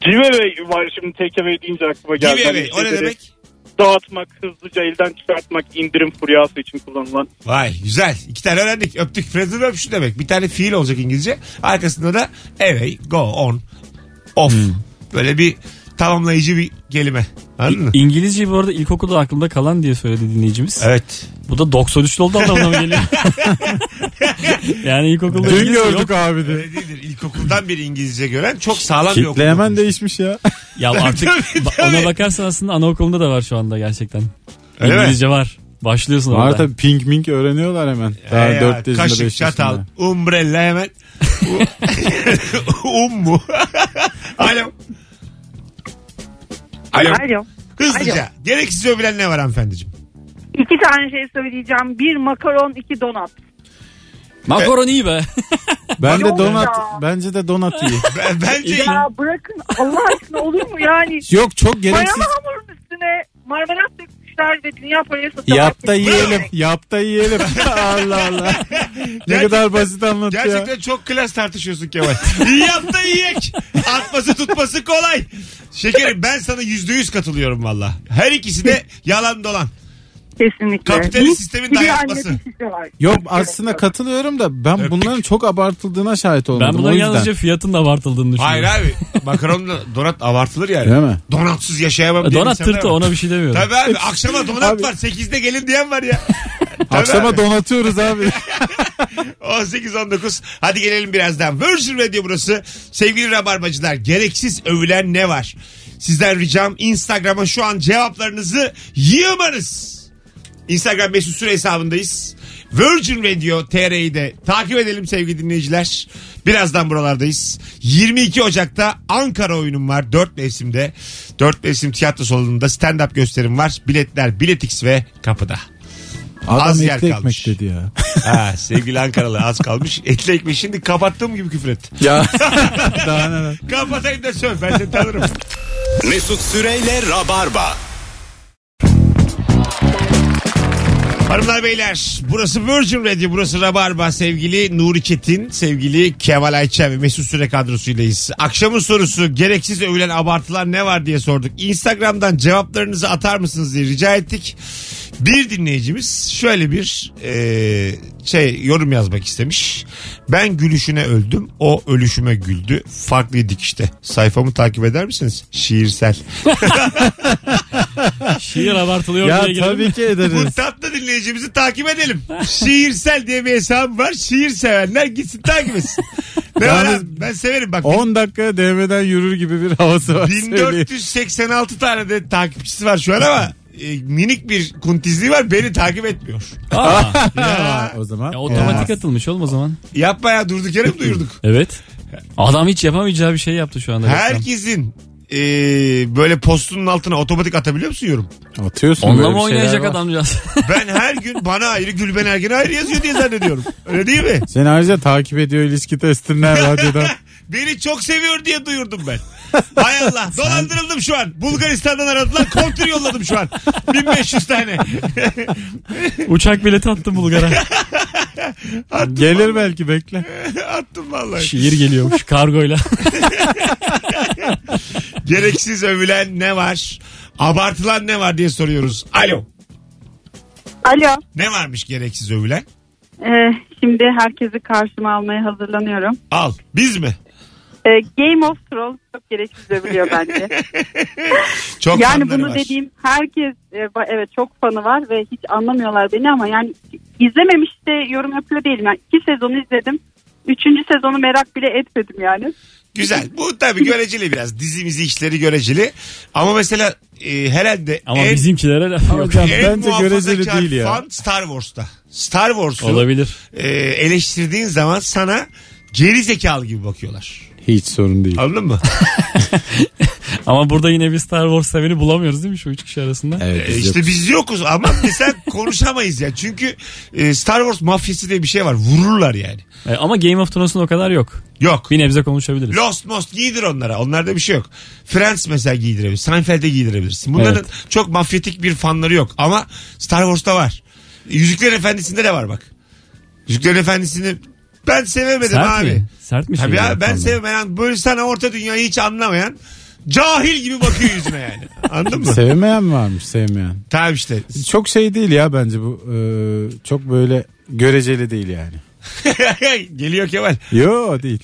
[SPEAKER 6] giveaway var şimdi take away deyince aklıma geldi.
[SPEAKER 2] Give away.
[SPEAKER 6] Hani
[SPEAKER 2] O ne
[SPEAKER 6] şeyleri
[SPEAKER 2] demek?
[SPEAKER 6] Dağıtmak, hızlıca elden çıkartmak, indirim furyası için kullanılan.
[SPEAKER 2] Vay güzel. İki tane öğrendik. Öptük. Phrasal verb şu demek. Bir tane fiil olacak İngilizce. Arkasında da away, go, on, off. Böyle bir tamamlayıcı bir kelime. Anladın mı?
[SPEAKER 4] İngilizceyi bu arada ilkokulda aklımda kalan diye söyledi dinleyicimiz.
[SPEAKER 2] Evet.
[SPEAKER 4] Bu da 93 oldu anlamına mı geliyor? yani ilkokulda
[SPEAKER 3] Dün
[SPEAKER 4] İngilizce
[SPEAKER 3] gördük abi de.
[SPEAKER 2] Öyle değildir. İlkokuldan beri İngilizce gören çok sağlam bir okul.
[SPEAKER 3] Kitle hemen değişmiş ya.
[SPEAKER 4] Ya artık
[SPEAKER 2] Tabii,
[SPEAKER 4] ba-
[SPEAKER 2] tabii.
[SPEAKER 4] ona bakarsan aslında anaokulunda da var şu anda gerçekten.
[SPEAKER 2] Öyle mi?
[SPEAKER 4] İngilizce var. Başlıyorsun
[SPEAKER 3] Var
[SPEAKER 4] orada.
[SPEAKER 3] tabii pink mink öğreniyorlar hemen. Daha
[SPEAKER 2] Ee,
[SPEAKER 3] 4 yaşında 5 yaşında.
[SPEAKER 2] Kaşık, çatal, umbrella hemen. um mu? Alo. Alo.
[SPEAKER 7] Alo.
[SPEAKER 2] Hızlıca. Gereksiz övülen ne var hanımefendiciğim?
[SPEAKER 7] İki tane şey söyleyeceğim. Bir makaron, iki donat.
[SPEAKER 4] Makaron iyi be.
[SPEAKER 3] Ben de
[SPEAKER 7] Yok ya.
[SPEAKER 3] donat, bence de donat iyi.
[SPEAKER 2] Ben- Bence
[SPEAKER 7] Ya bırakın Allah aşkına olur mu yani?
[SPEAKER 3] Yok çok gereksiz.
[SPEAKER 7] Mayama hamurun üstüne marmelat dökmüşler ve dünya parası satarak-
[SPEAKER 3] Yap da yiyelim. Yap da yiyelim. Allah Allah. Ne kadar basit anlat ya.
[SPEAKER 2] gerçekten çok klas tartışıyorsun Kemal. İyi Yap da yiyek. Atması tutması kolay. Şekerim ben sana yüzde yüz katılıyorum valla. Her ikisi de yalan dolan.
[SPEAKER 7] Kesinlikle.
[SPEAKER 2] Kapitalist
[SPEAKER 7] Bir-
[SPEAKER 2] sistemin
[SPEAKER 7] bir de şey.
[SPEAKER 2] dayatması.
[SPEAKER 7] anne fetişi var.
[SPEAKER 3] Yok aslında katılıyorum da ben
[SPEAKER 2] Öptük.
[SPEAKER 3] bunların çok abartıldığına şahit olmadım.
[SPEAKER 4] ben
[SPEAKER 3] o
[SPEAKER 4] bunların
[SPEAKER 3] yüzden.
[SPEAKER 4] yalnızca fiyatın da abartıldığını
[SPEAKER 2] Hayır
[SPEAKER 4] düşünüyorum.
[SPEAKER 2] abi. Makaronla donat abartılır yani.
[SPEAKER 3] Değil mi?
[SPEAKER 2] Donatsız yaşayamam. diyen
[SPEAKER 4] Donat
[SPEAKER 2] insanlar
[SPEAKER 4] tırtı
[SPEAKER 2] var.
[SPEAKER 4] ona bir şey demiyorum.
[SPEAKER 2] Tabii abi akşama donat
[SPEAKER 3] Abi.
[SPEAKER 2] var. 8'de gelin diyen var ya. Tabii
[SPEAKER 3] Akşama
[SPEAKER 2] abi.
[SPEAKER 3] donatıyoruz abi.
[SPEAKER 2] 18-19. Hadi gelelim birazdan. Virgin Radio burası. Sevgili Rabarbacılar gereksiz övülen ne var? Sizden ricam Instagram'a şu an cevaplarınızı yığmanız. Instagram mesut süre hesabındayız. Virgin Radio TR'yi de takip edelim sevgili dinleyiciler. Birazdan buralardayız. 22 Ocak'ta Ankara oyunum var. 4 mevsimde. 4 mevsim tiyatro salonunda stand-up gösterim var. Biletler Biletix ve kapıda.
[SPEAKER 3] Adam
[SPEAKER 2] Az
[SPEAKER 3] etli
[SPEAKER 2] yer
[SPEAKER 3] ekmek
[SPEAKER 2] kalmış.
[SPEAKER 3] dedi ya.
[SPEAKER 2] Ha, sevgili Ankaralı az kalmış. Etli ekmeği şimdi kapattığım gibi küfür et.
[SPEAKER 3] ya daha neler.
[SPEAKER 2] Kapatayım da söv ben seni tanırım.
[SPEAKER 1] Mesut Süreyle Rabarba.
[SPEAKER 2] Hanımlar beyler burası Virgin Radio burası Rabarba sevgili Nuri Çetin sevgili Kemal Ayça ve Mesut Süre kadrosuylayız. Akşamın sorusu gereksiz övülen abartılar ne var diye sorduk. Instagram'dan cevaplarınızı atar mısınız diye rica ettik. Bir dinleyicimiz şöyle bir eee, şey yorum yazmak istemiş. Ben gülüşüne öldüm o ölüşüme güldü farklıydık işte sayfamı takip eder misiniz? Şiirsel.
[SPEAKER 4] Şiir abartılıyor
[SPEAKER 3] ya
[SPEAKER 4] diye girelim.
[SPEAKER 3] tabii ki
[SPEAKER 2] Bu
[SPEAKER 3] ederiz.
[SPEAKER 2] tatlı dinleyicimizi takip edelim. Şiirsel diye bir hesabım var. Şiir sevenler gitsin takip etsin. Ne var
[SPEAKER 3] Yalnız-
[SPEAKER 2] abi? Ben severim bak.
[SPEAKER 3] 10 dakika DM'den yürür gibi bir havası var. söyleyeyim.
[SPEAKER 2] 1486 tane de takipçisi var şu an ama e, minik bir kuntizliği var. Beni takip etmiyor.
[SPEAKER 4] Aa,
[SPEAKER 2] Ya,
[SPEAKER 3] O zaman.
[SPEAKER 4] ya otomatik
[SPEAKER 3] olmaz.
[SPEAKER 4] atılmış oğlum o zaman.
[SPEAKER 2] yapma ya durduk yere mi duyurduk?
[SPEAKER 4] Evet. Adam hiç yapamayacağı bir şey yaptı şu anda. resmen.
[SPEAKER 2] Herkesin e, böyle postunun altına otomatik atabiliyor musun yorum?
[SPEAKER 3] Atıyorsun
[SPEAKER 4] Onunla
[SPEAKER 3] böyle
[SPEAKER 4] mı
[SPEAKER 3] bir şey şeyler
[SPEAKER 4] oynayacak
[SPEAKER 3] var.
[SPEAKER 4] adamcağız?
[SPEAKER 2] Ben her gün bana ayrı Gülben Ergen'e ayrı yazıyor diye zannediyorum. Öyle değil mi?
[SPEAKER 3] Seni ayrıca takip ediyor ilişki testinden radyodan.
[SPEAKER 2] Beni çok seviyor diye duyurdum ben. Hay Allah. Dolandırıldım şu an. Bulgaristan'dan aradılar. Kontür yolladım şu an. 1500 tane.
[SPEAKER 4] Uçak bileti attım Bulgar'a.
[SPEAKER 3] Gelir belki bekle.
[SPEAKER 2] Attım vallahi.
[SPEAKER 4] Şiir geliyormuş kargoyla.
[SPEAKER 2] Gereksiz övülen ne var? Abartılan ne var diye soruyoruz. Alo.
[SPEAKER 7] Alo.
[SPEAKER 2] Ne varmış gereksiz övülen?
[SPEAKER 7] Ee, şimdi herkesi karşıma almaya hazırlanıyorum.
[SPEAKER 2] Al. Biz mi?
[SPEAKER 7] Ee, Game of Thrones çok gereksiz övülüyor bence.
[SPEAKER 2] Çok
[SPEAKER 7] yani
[SPEAKER 2] fanları
[SPEAKER 7] bunu
[SPEAKER 2] var.
[SPEAKER 7] dediğim herkes e, ba- evet çok fanı var ve hiç anlamıyorlar beni ama yani izlememiş de yorum yapıyor değilim. Yani iki sezonu izledim. Üçüncü sezonu merak bile etmedim yani.
[SPEAKER 2] Güzel. Bu tabii göreceli biraz. Dizimizi işleri göreceli. Ama mesela e, herhalde
[SPEAKER 4] Ama
[SPEAKER 2] en,
[SPEAKER 4] bizimkilere laf yok.
[SPEAKER 3] Hocam
[SPEAKER 2] en
[SPEAKER 3] bence göreceli
[SPEAKER 2] muhafazakar
[SPEAKER 3] değil ya.
[SPEAKER 2] fan Star Wars'ta. Star Wars'u
[SPEAKER 4] Olabilir.
[SPEAKER 2] e, eleştirdiğin zaman sana geri zekalı gibi bakıyorlar.
[SPEAKER 3] Hiç sorun değil.
[SPEAKER 2] Anladın mı?
[SPEAKER 4] Ama burada yine bir Star Wars seveni bulamıyoruz değil mi şu üç kişi arasında?
[SPEAKER 3] Evet, biz
[SPEAKER 2] E, işte
[SPEAKER 3] yok.
[SPEAKER 2] biz yokuz ama mesela konuşamayız ya. Çünkü e, Star Wars mafyası diye bir şey var. Vururlar yani.
[SPEAKER 4] E, ama Game of Thrones'un o kadar yok.
[SPEAKER 2] Yok.
[SPEAKER 4] Bir nebze konuşabiliriz.
[SPEAKER 2] Lost Most giydir onlara. Onlarda bir şey yok. Friends mesela giydirebilir. Seinfeld'e giydirebilirsin. Bunların çok mafyatik bir fanları yok. Ama Star Wars'ta var. E, Yüzüklerin Efendisi'nde de var bak. Yüzüklerin Efendisi'ni ben sevemedim
[SPEAKER 4] Sert
[SPEAKER 2] abi.
[SPEAKER 4] mi? Sert mi? şey
[SPEAKER 2] Tabii
[SPEAKER 4] şeyler
[SPEAKER 2] abi ben
[SPEAKER 4] falan?
[SPEAKER 2] sevmeyen böyle sana orta dünyayı hiç anlamayan cahil gibi bakıyor yüzüne yani. Anladın mı?
[SPEAKER 3] Sevmeyen varmış sevmeyen.
[SPEAKER 2] tamam işte.
[SPEAKER 3] Çok şey değil ya bence bu. Ee, çok böyle göreceli değil yani.
[SPEAKER 2] Geliyor Kemal.
[SPEAKER 3] Yo değil.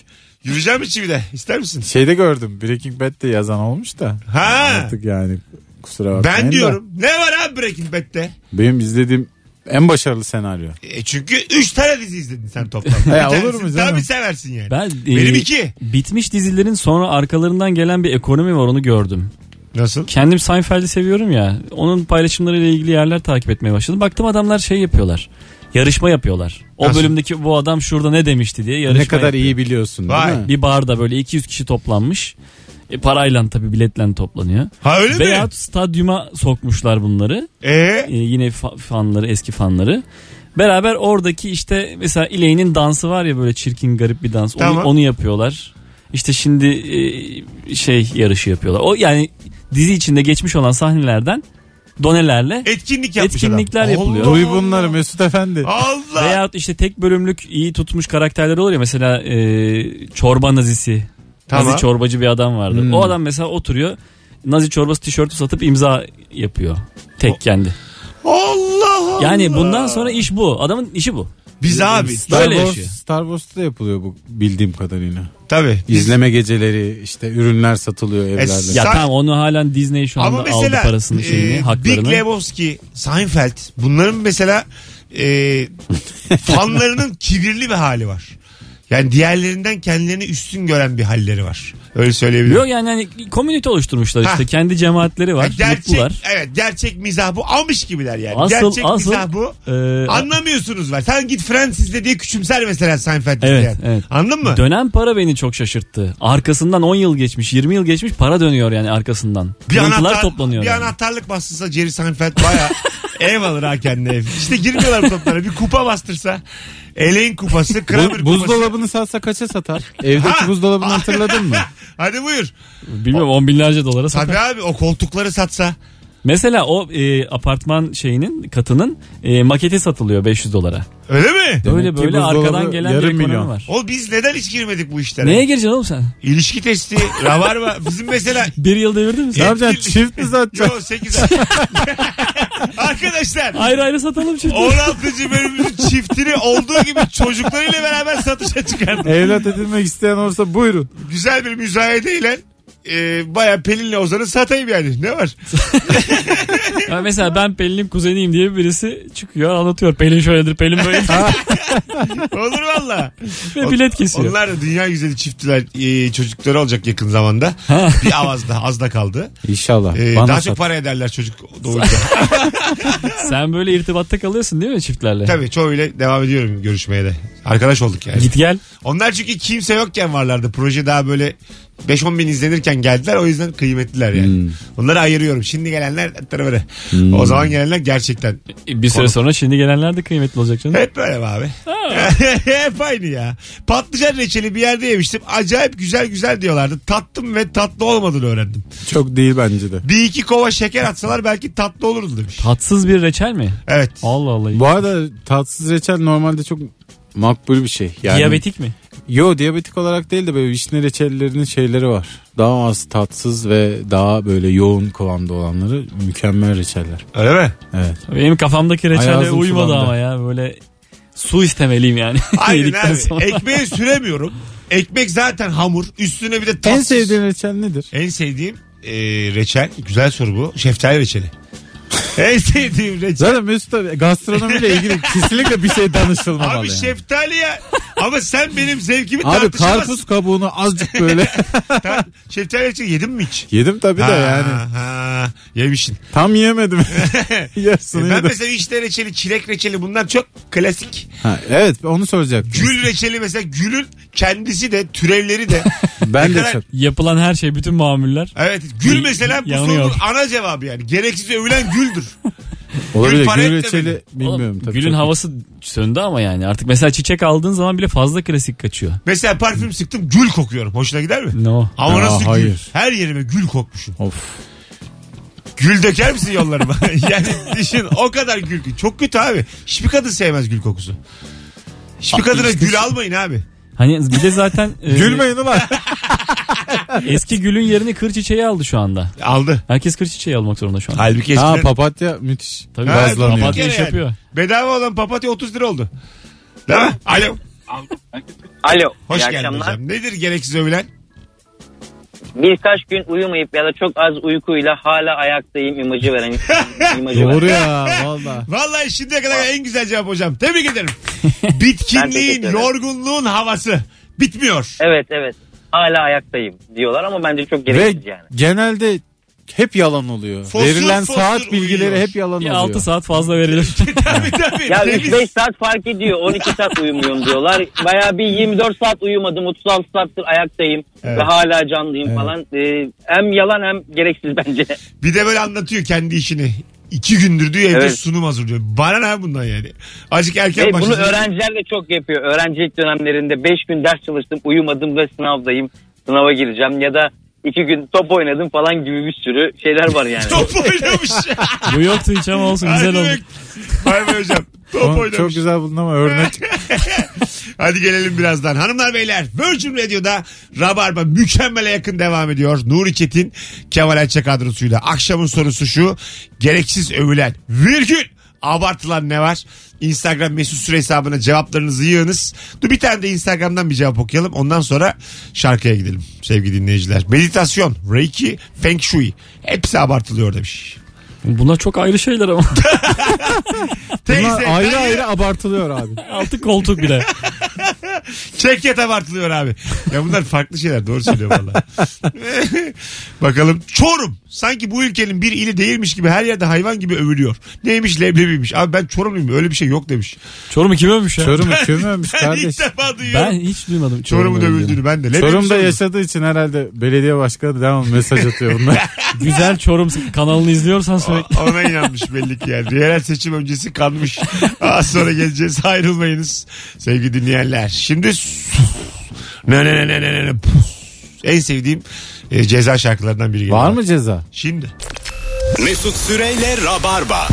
[SPEAKER 2] Yürüyecek mi çivide? İster misin?
[SPEAKER 3] Şeyde gördüm Breaking Bad'de yazan olmuş da.
[SPEAKER 2] Ha.
[SPEAKER 3] Artık yani kusura bakmayın
[SPEAKER 2] Ben
[SPEAKER 3] da.
[SPEAKER 2] diyorum. Ne var abi Breaking Bad'de?
[SPEAKER 3] Benim izlediğim en başarılı senaryo.
[SPEAKER 2] E çünkü 3 tane dizi izledin sen toplamda.
[SPEAKER 3] Ya
[SPEAKER 2] Bir
[SPEAKER 3] olur mu
[SPEAKER 2] tanesini
[SPEAKER 3] canım?
[SPEAKER 2] Tabii seversin yani.
[SPEAKER 4] Ben, e,
[SPEAKER 2] Benim iki.
[SPEAKER 4] Bitmiş dizilerin sonra arkalarından gelen bir ekonomi var onu gördüm.
[SPEAKER 2] Nasıl?
[SPEAKER 4] Kendim Seinfeld'i seviyorum ya. Onun paylaşımlarıyla ilgili yerler takip etmeye başladım. Baktım adamlar şey yapıyorlar. Yarışma yapıyorlar. O
[SPEAKER 2] Nasıl?
[SPEAKER 4] bölümdeki bu adam şurada ne demişti diye yarışma
[SPEAKER 3] ne kadar
[SPEAKER 4] yapıyor.
[SPEAKER 3] iyi biliyorsun değil
[SPEAKER 2] Vay.
[SPEAKER 3] mi?
[SPEAKER 4] Bir barda böyle 200 kişi toplanmış. E, parayla tabii biletle toplanıyor.
[SPEAKER 2] Ha öyle mi?
[SPEAKER 4] Veyahut stadyuma sokmuşlar bunları.
[SPEAKER 2] Ee,
[SPEAKER 4] Ee, yine fa- fanları eski fanları. Beraber oradaki işte mesela İley'nin dansı var ya böyle çirkin garip bir dans. Onu,
[SPEAKER 2] Tamam.
[SPEAKER 4] onu yapıyorlar. İşte şimdi e, şey yarışı yapıyorlar. O yani dizi içinde geçmiş olan sahnelerden donelerle
[SPEAKER 2] etkinlik yapmış
[SPEAKER 4] Etkinlikler
[SPEAKER 2] adam.
[SPEAKER 4] yapılıyor.
[SPEAKER 2] Allah
[SPEAKER 3] Duy bunları Mesut Efendi.
[SPEAKER 2] Allah. Allah.
[SPEAKER 4] veyahut işte tek bölümlük iyi tutmuş karakterler olur ya mesela e, çorba nazisi.
[SPEAKER 2] Tamam.
[SPEAKER 4] Nazi çorbacı bir adam vardı.
[SPEAKER 3] Hmm.
[SPEAKER 4] O adam mesela oturuyor Nazi çorbası tişörtü satıp imza yapıyor. Tek kendi.
[SPEAKER 2] Allah.
[SPEAKER 4] Yani bundan sonra iş bu. Adamın işi bu.
[SPEAKER 2] biz abi
[SPEAKER 3] Star,
[SPEAKER 4] Böyle
[SPEAKER 3] Wars,
[SPEAKER 4] yaşıyor.
[SPEAKER 3] Star Wars'ta da yapılıyor bu bildiğim kadarıyla.
[SPEAKER 2] tabii.
[SPEAKER 3] İzleme geceleri işte ürünler satılıyor evlerde.
[SPEAKER 4] Ya
[SPEAKER 2] Sa-
[SPEAKER 4] tamam onu halen Disney şu anda
[SPEAKER 2] Ama mesela
[SPEAKER 4] aldı parasını şeyini
[SPEAKER 2] e,
[SPEAKER 4] haklarını.
[SPEAKER 2] Big Lebowski, Seinfeld bunların mesela e, fanlarının kibirli bir hali var. Yani diğerlerinden kendilerini üstün gören bir halleri var. Öyle söyleyebilirim.
[SPEAKER 4] Yok yani hani komünite oluşturmuşlar işte.
[SPEAKER 2] Ha.
[SPEAKER 4] Kendi cemaatleri var.
[SPEAKER 2] Ha, E, gerçek,
[SPEAKER 4] gruplar.
[SPEAKER 2] evet, gerçek mizah bu. Almış gibiler yani.
[SPEAKER 4] Asıl-
[SPEAKER 2] gerçek
[SPEAKER 4] asıl,
[SPEAKER 2] mizah bu.
[SPEAKER 4] e,
[SPEAKER 2] Anlamıyorsunuz var. Sen git Fransız'da diye küçümser mesela Seinfeld'i.
[SPEAKER 4] Evet,
[SPEAKER 2] yani.
[SPEAKER 4] evet.
[SPEAKER 2] Anladın mı?
[SPEAKER 4] Dönen para beni çok şaşırttı. Arkasından 10 yıl geçmiş, 20 yıl geçmiş para dönüyor yani arkasından.
[SPEAKER 2] bir
[SPEAKER 4] Kırıntılar
[SPEAKER 2] anahtar,
[SPEAKER 4] toplanıyor.
[SPEAKER 2] Bir
[SPEAKER 4] yani.
[SPEAKER 2] anahtarlık bastırsa Jerry Seinfeld baya ev alır ha kendine ev. İşte girmiyorlar bu toplara. Bir kupa bastırsa. Eleğin kupası, Kramer
[SPEAKER 3] Bu-
[SPEAKER 2] kupası.
[SPEAKER 3] buzdolabını satsa kaça satar? Evdeki
[SPEAKER 2] Ha.
[SPEAKER 3] buzdolabını hatırladın mı?
[SPEAKER 2] Hadi buyur.
[SPEAKER 4] Bilmiyorum 10 binlerce dolara satar.
[SPEAKER 2] Tabii abi o koltukları satsa.
[SPEAKER 4] Mesela o e, apartman şeyinin katının e, maketi satılıyor 500 dolara.
[SPEAKER 2] Öyle mi?
[SPEAKER 3] Demek
[SPEAKER 4] böyle
[SPEAKER 3] ki
[SPEAKER 4] böyle
[SPEAKER 3] buzdolabı
[SPEAKER 4] arkadan gelen bir
[SPEAKER 3] yarım
[SPEAKER 4] ekonomi
[SPEAKER 3] milyon.
[SPEAKER 4] var.
[SPEAKER 2] O biz neden hiç girmedik bu işlere?
[SPEAKER 4] Neye gireceksin oğlum sen?
[SPEAKER 2] İlişki testi, rabarba. Bizim mesela
[SPEAKER 4] Bir yıl devirdin mi
[SPEAKER 3] Ne
[SPEAKER 4] sen?
[SPEAKER 3] yapacaksın? Çift mi satacaksın?
[SPEAKER 2] Yo 8 ay. Arkadaşlar
[SPEAKER 4] Ayrı ayrı satalım şimdi.
[SPEAKER 2] 16. bölümümüzün çiftini olduğu gibi çocuklarıyla beraber satışa çıkardık.
[SPEAKER 3] Evlat edinmek isteyen olursa buyurun.
[SPEAKER 2] Güzel bir müzayedeyle e, baya Pelin'le Ozan'ı satayım yani. Ne var?
[SPEAKER 4] Ya mesela ben Pelin'in kuzeniyim diye birisi çıkıyor anlatıyor. Pelin şöyledir, Pelin böyledir
[SPEAKER 2] Olur valla.
[SPEAKER 4] ve bilet kesiyor.
[SPEAKER 2] Onlar da dünya güzeli çiftler e, çocukları olacak yakın zamanda. bir avaz da az da kaldı.
[SPEAKER 3] İnşallah.
[SPEAKER 2] E,
[SPEAKER 3] Bana
[SPEAKER 2] daha
[SPEAKER 3] sat.
[SPEAKER 2] çok para ederler çocuk doğunca.
[SPEAKER 4] Sen böyle irtibatta kalıyorsun değil mi çiftlerle?
[SPEAKER 2] Tabii çoğuyla devam ediyorum görüşmeye de. Arkadaş olduk yani.
[SPEAKER 4] Git gel.
[SPEAKER 2] Onlar çünkü kimse yokken varlardı. Proje daha böyle 5-10 bin izlenirken geldiler. O yüzden kıymetliler yani.
[SPEAKER 4] Hmm.
[SPEAKER 2] Onları ayırıyorum. Şimdi gelenler hatta böyle. O zaman gelenler gerçekten.
[SPEAKER 4] Bir süre sonra şimdi gelenler de kıymetli olacak canım.
[SPEAKER 2] Hep böyle be abi. Hep aynı ya. Patlıcan reçeli bir yerde yemiştim. Acayip güzel güzel diyorlardı. Tattım ve tatlı olmadığını öğrendim.
[SPEAKER 3] Çok değil bence de.
[SPEAKER 2] Bir iki kova şeker atsalar belki tatlı olurdu demiş.
[SPEAKER 4] Tatsız bir reçel mi?
[SPEAKER 2] Evet.
[SPEAKER 4] Allah Allah.
[SPEAKER 3] Bu arada tatsız reçel normalde çok makbul bir şey. Yani,
[SPEAKER 4] Diyabetik mi?
[SPEAKER 3] Yo diyabetik olarak değil de böyle vişne reçellerinin şeyleri var. Daha az tatsız ve daha böyle yoğun kıvamda olanları mükemmel reçeller.
[SPEAKER 2] Öyle mi?
[SPEAKER 3] Evet.
[SPEAKER 4] Benim kafamdaki reçele
[SPEAKER 3] Ay, ağzım
[SPEAKER 4] uymadı
[SPEAKER 3] sulandı.
[SPEAKER 4] ama ya böyle su istemeliyim yani.
[SPEAKER 2] Aynen
[SPEAKER 4] Yedikten
[SPEAKER 2] abi.
[SPEAKER 4] sonra.
[SPEAKER 2] Ekmeğe süremiyorum. Ekmek zaten hamur. Üstüne bir de tatsız.
[SPEAKER 3] En sevdiğin reçel nedir?
[SPEAKER 2] En sevdiğim e, reçel. Güzel soru bu. Şeftali reçeli. en sevdiğim reçel.
[SPEAKER 3] Zaten Mesut abi gastronomiyle ilgili kesinlikle bir şey danışılmamalı.
[SPEAKER 2] Abi
[SPEAKER 3] yani.
[SPEAKER 2] şeftali ya. Ama sen benim zevkimi
[SPEAKER 3] Abi
[SPEAKER 2] tartışamazsın.
[SPEAKER 3] karpuz kabuğunu azıcık böyle.
[SPEAKER 2] Ta- şeftali reçeli yedim mi hiç?
[SPEAKER 3] Yedim tabii de yani.
[SPEAKER 2] ha, yemişsin.
[SPEAKER 3] Tam yiyemedim. Yarısını
[SPEAKER 2] E ben
[SPEAKER 3] yedim.
[SPEAKER 2] mesela işte reçeli, çilek reçeli bunlar çok klasik.
[SPEAKER 3] Ha, evet onu soracaktım.
[SPEAKER 2] Gül reçeli mesela gülün kendisi de türevleri de.
[SPEAKER 3] Ben de
[SPEAKER 2] kadar-
[SPEAKER 3] çok.
[SPEAKER 4] Yapılan her şey bütün mamuller.
[SPEAKER 2] evet gül mesela bu
[SPEAKER 4] Yanıyor.
[SPEAKER 2] sorunun ana cevabı yani. Gereksiz övülen güldür.
[SPEAKER 3] Olabilir.
[SPEAKER 2] para
[SPEAKER 3] Gül
[SPEAKER 2] etmedi.
[SPEAKER 3] reçeli bilmiyorum
[SPEAKER 4] Oğlum,
[SPEAKER 3] tabii.
[SPEAKER 4] Gülün
[SPEAKER 3] çok-
[SPEAKER 4] havası söndü ama yani artık mesela çiçek aldığın zaman bile fazla klasik kaçıyor.
[SPEAKER 2] Mesela parfüm sıktım gül kokuyorum. Hoşuna gider mi?
[SPEAKER 4] No.
[SPEAKER 2] Ama
[SPEAKER 3] Ya,
[SPEAKER 2] nasıl gül?
[SPEAKER 3] hayır.
[SPEAKER 2] Her yerime gül kokmuşum.
[SPEAKER 3] Of.
[SPEAKER 2] Gül döker misin yollarıma? yani düşün o kadar gül. Çok kötü abi. Hiçbir kadın sevmez gül kokusu. Hiçbir kadına gül almayın abi.
[SPEAKER 4] Hani bir de zaten e,
[SPEAKER 3] Gülmeyin ulan.
[SPEAKER 4] eski gülün yerini kır çiçeği aldı şu anda.
[SPEAKER 2] Aldı.
[SPEAKER 4] Herkes kır çiçeği almak zorunda şu anda.
[SPEAKER 2] Halbuki
[SPEAKER 3] ha
[SPEAKER 2] eskiden...
[SPEAKER 3] papatya müthiş.
[SPEAKER 4] Tabii.
[SPEAKER 2] Ha,
[SPEAKER 3] Gazlanıyor.
[SPEAKER 2] bir
[SPEAKER 4] Papatya
[SPEAKER 2] kere
[SPEAKER 4] iş yapıyor.
[SPEAKER 2] Bedava olan papatya 30 lira oldu. Değil mi? Alo.
[SPEAKER 8] Alo.
[SPEAKER 2] Hoş
[SPEAKER 8] iyi
[SPEAKER 2] geldin
[SPEAKER 8] akşamlar.
[SPEAKER 2] hocam. Nedir gereksiz övülen?
[SPEAKER 8] Birkaç gün uyumayıp ya da çok az uykuyla hala ayaktayım imajı veren imajı
[SPEAKER 3] Doğru
[SPEAKER 8] veren.
[SPEAKER 3] ya valla.
[SPEAKER 2] Vallahi şimdiye kadar en güzel cevap hocam. Tebrik ederim. Bitkinliğin,
[SPEAKER 8] teşekkür ederim.
[SPEAKER 2] yorgunluğun havası bitmiyor.
[SPEAKER 8] Evet evet. Hala ayaktayım diyorlar ama bence çok
[SPEAKER 3] Ve
[SPEAKER 8] gereksiz yani.
[SPEAKER 3] genelde hep yalan oluyor.
[SPEAKER 2] Fosur
[SPEAKER 3] Verilen
[SPEAKER 2] fosur
[SPEAKER 3] saat bilgileri
[SPEAKER 2] uyuyor.
[SPEAKER 3] hep yalan
[SPEAKER 4] Bir
[SPEAKER 3] oluyor.
[SPEAKER 4] 6 saat fazla verilir.
[SPEAKER 2] tabii tabii.
[SPEAKER 8] Ya
[SPEAKER 2] Temiz.
[SPEAKER 8] 3-5 saat fark ediyor. 12 saat uyumuyorum diyorlar. Baya bir 24 saat uyumadım. 36 saattir ayaktayım. Ve hala canlıyım falan. Ee, hem yalan hem gereksiz bence.
[SPEAKER 2] Bir de böyle anlatıyor kendi işini. İki gündür diyor evde
[SPEAKER 8] Evet.
[SPEAKER 2] sunum hazırlıyor. Bana ne abi bundan yani. Azıcık erken
[SPEAKER 8] Ve bunu
[SPEAKER 2] başlasın.
[SPEAKER 8] öğrenciler de çok yapıyor. Öğrencilik dönemlerinde 5 gün ders çalıştım, uyumadım ve sınavdayım. Sınava gireceğim ya da 2 gün top oynadım falan gibi bir sürü şeyler var yani.
[SPEAKER 2] Top oynamış.
[SPEAKER 4] Bu yoktu hiç ama olsun güzel
[SPEAKER 2] Hadi
[SPEAKER 4] oldu.
[SPEAKER 2] be- Bay bay hocam. Top
[SPEAKER 3] Ama
[SPEAKER 2] oynamış.
[SPEAKER 3] Çok güzel buldun ama örnek.
[SPEAKER 2] Hadi gelelim birazdan. Hanımlar beyler Virgin Radio'da Rabarba mükemmele yakın devam ediyor. Nuri Çetin, Kemal Ayça kadrosuyla. Akşamın sorusu şu. Gereksiz övülen virgül abartılan ne var? Instagram mesut süre hesabına cevaplarınızı yığınız. Dur bir tane de Instagram'dan bir cevap okuyalım. Ondan sonra şarkıya gidelim sevgili dinleyiciler. Meditasyon, Reiki, Feng Shui. Hepsi abartılıyor demiş.
[SPEAKER 4] Bunlar çok ayrı şeyler ama.
[SPEAKER 2] Teyze,
[SPEAKER 3] Bunlar ayrı
[SPEAKER 2] dayı,
[SPEAKER 3] ayrı abartılıyor abi.
[SPEAKER 4] Altı koltuk bile.
[SPEAKER 2] Şevket abartılıyor abi. Ya bunlar farklı şeyler doğru söylüyor valla. Bakalım Çorum. Sanki bu ülkenin bir ili değilmiş gibi her yerde hayvan gibi övülüyor. Neymiş leblebiymiş. Abi ben Çorumluyum öyle bir şey yok demiş.
[SPEAKER 4] Çorum'u kim övmüş ya?
[SPEAKER 3] Çorum'u kim övmüş
[SPEAKER 2] Ben ilk
[SPEAKER 3] kardeş?
[SPEAKER 2] defa duyuyorum.
[SPEAKER 4] Ben hiç duymadım
[SPEAKER 2] Çorum'u
[SPEAKER 4] Çorum'u övüldüğünü.
[SPEAKER 2] dövüldüğünü ben de. Leblebi
[SPEAKER 3] Çorum'da
[SPEAKER 2] sorumlu.
[SPEAKER 3] yaşadığı için herhalde belediye başkanı devam mesaj atıyor bunlar.
[SPEAKER 4] Güzel Çorum kanalını izliyorsan söyle.
[SPEAKER 2] Ona inanmış belli ki yani. Yerel seçim öncesi kalmış. Az sonra geleceğiz. Ayrılmayınız sevgili dinleyenler. Şimdi sus. ne ne ne ne ne ne ne pus. En sevdiğim e, ceza şarkılarından biri geliyor.
[SPEAKER 3] Var mı ceza?
[SPEAKER 2] Şimdi.
[SPEAKER 1] Mesut Süreyle Rabarba.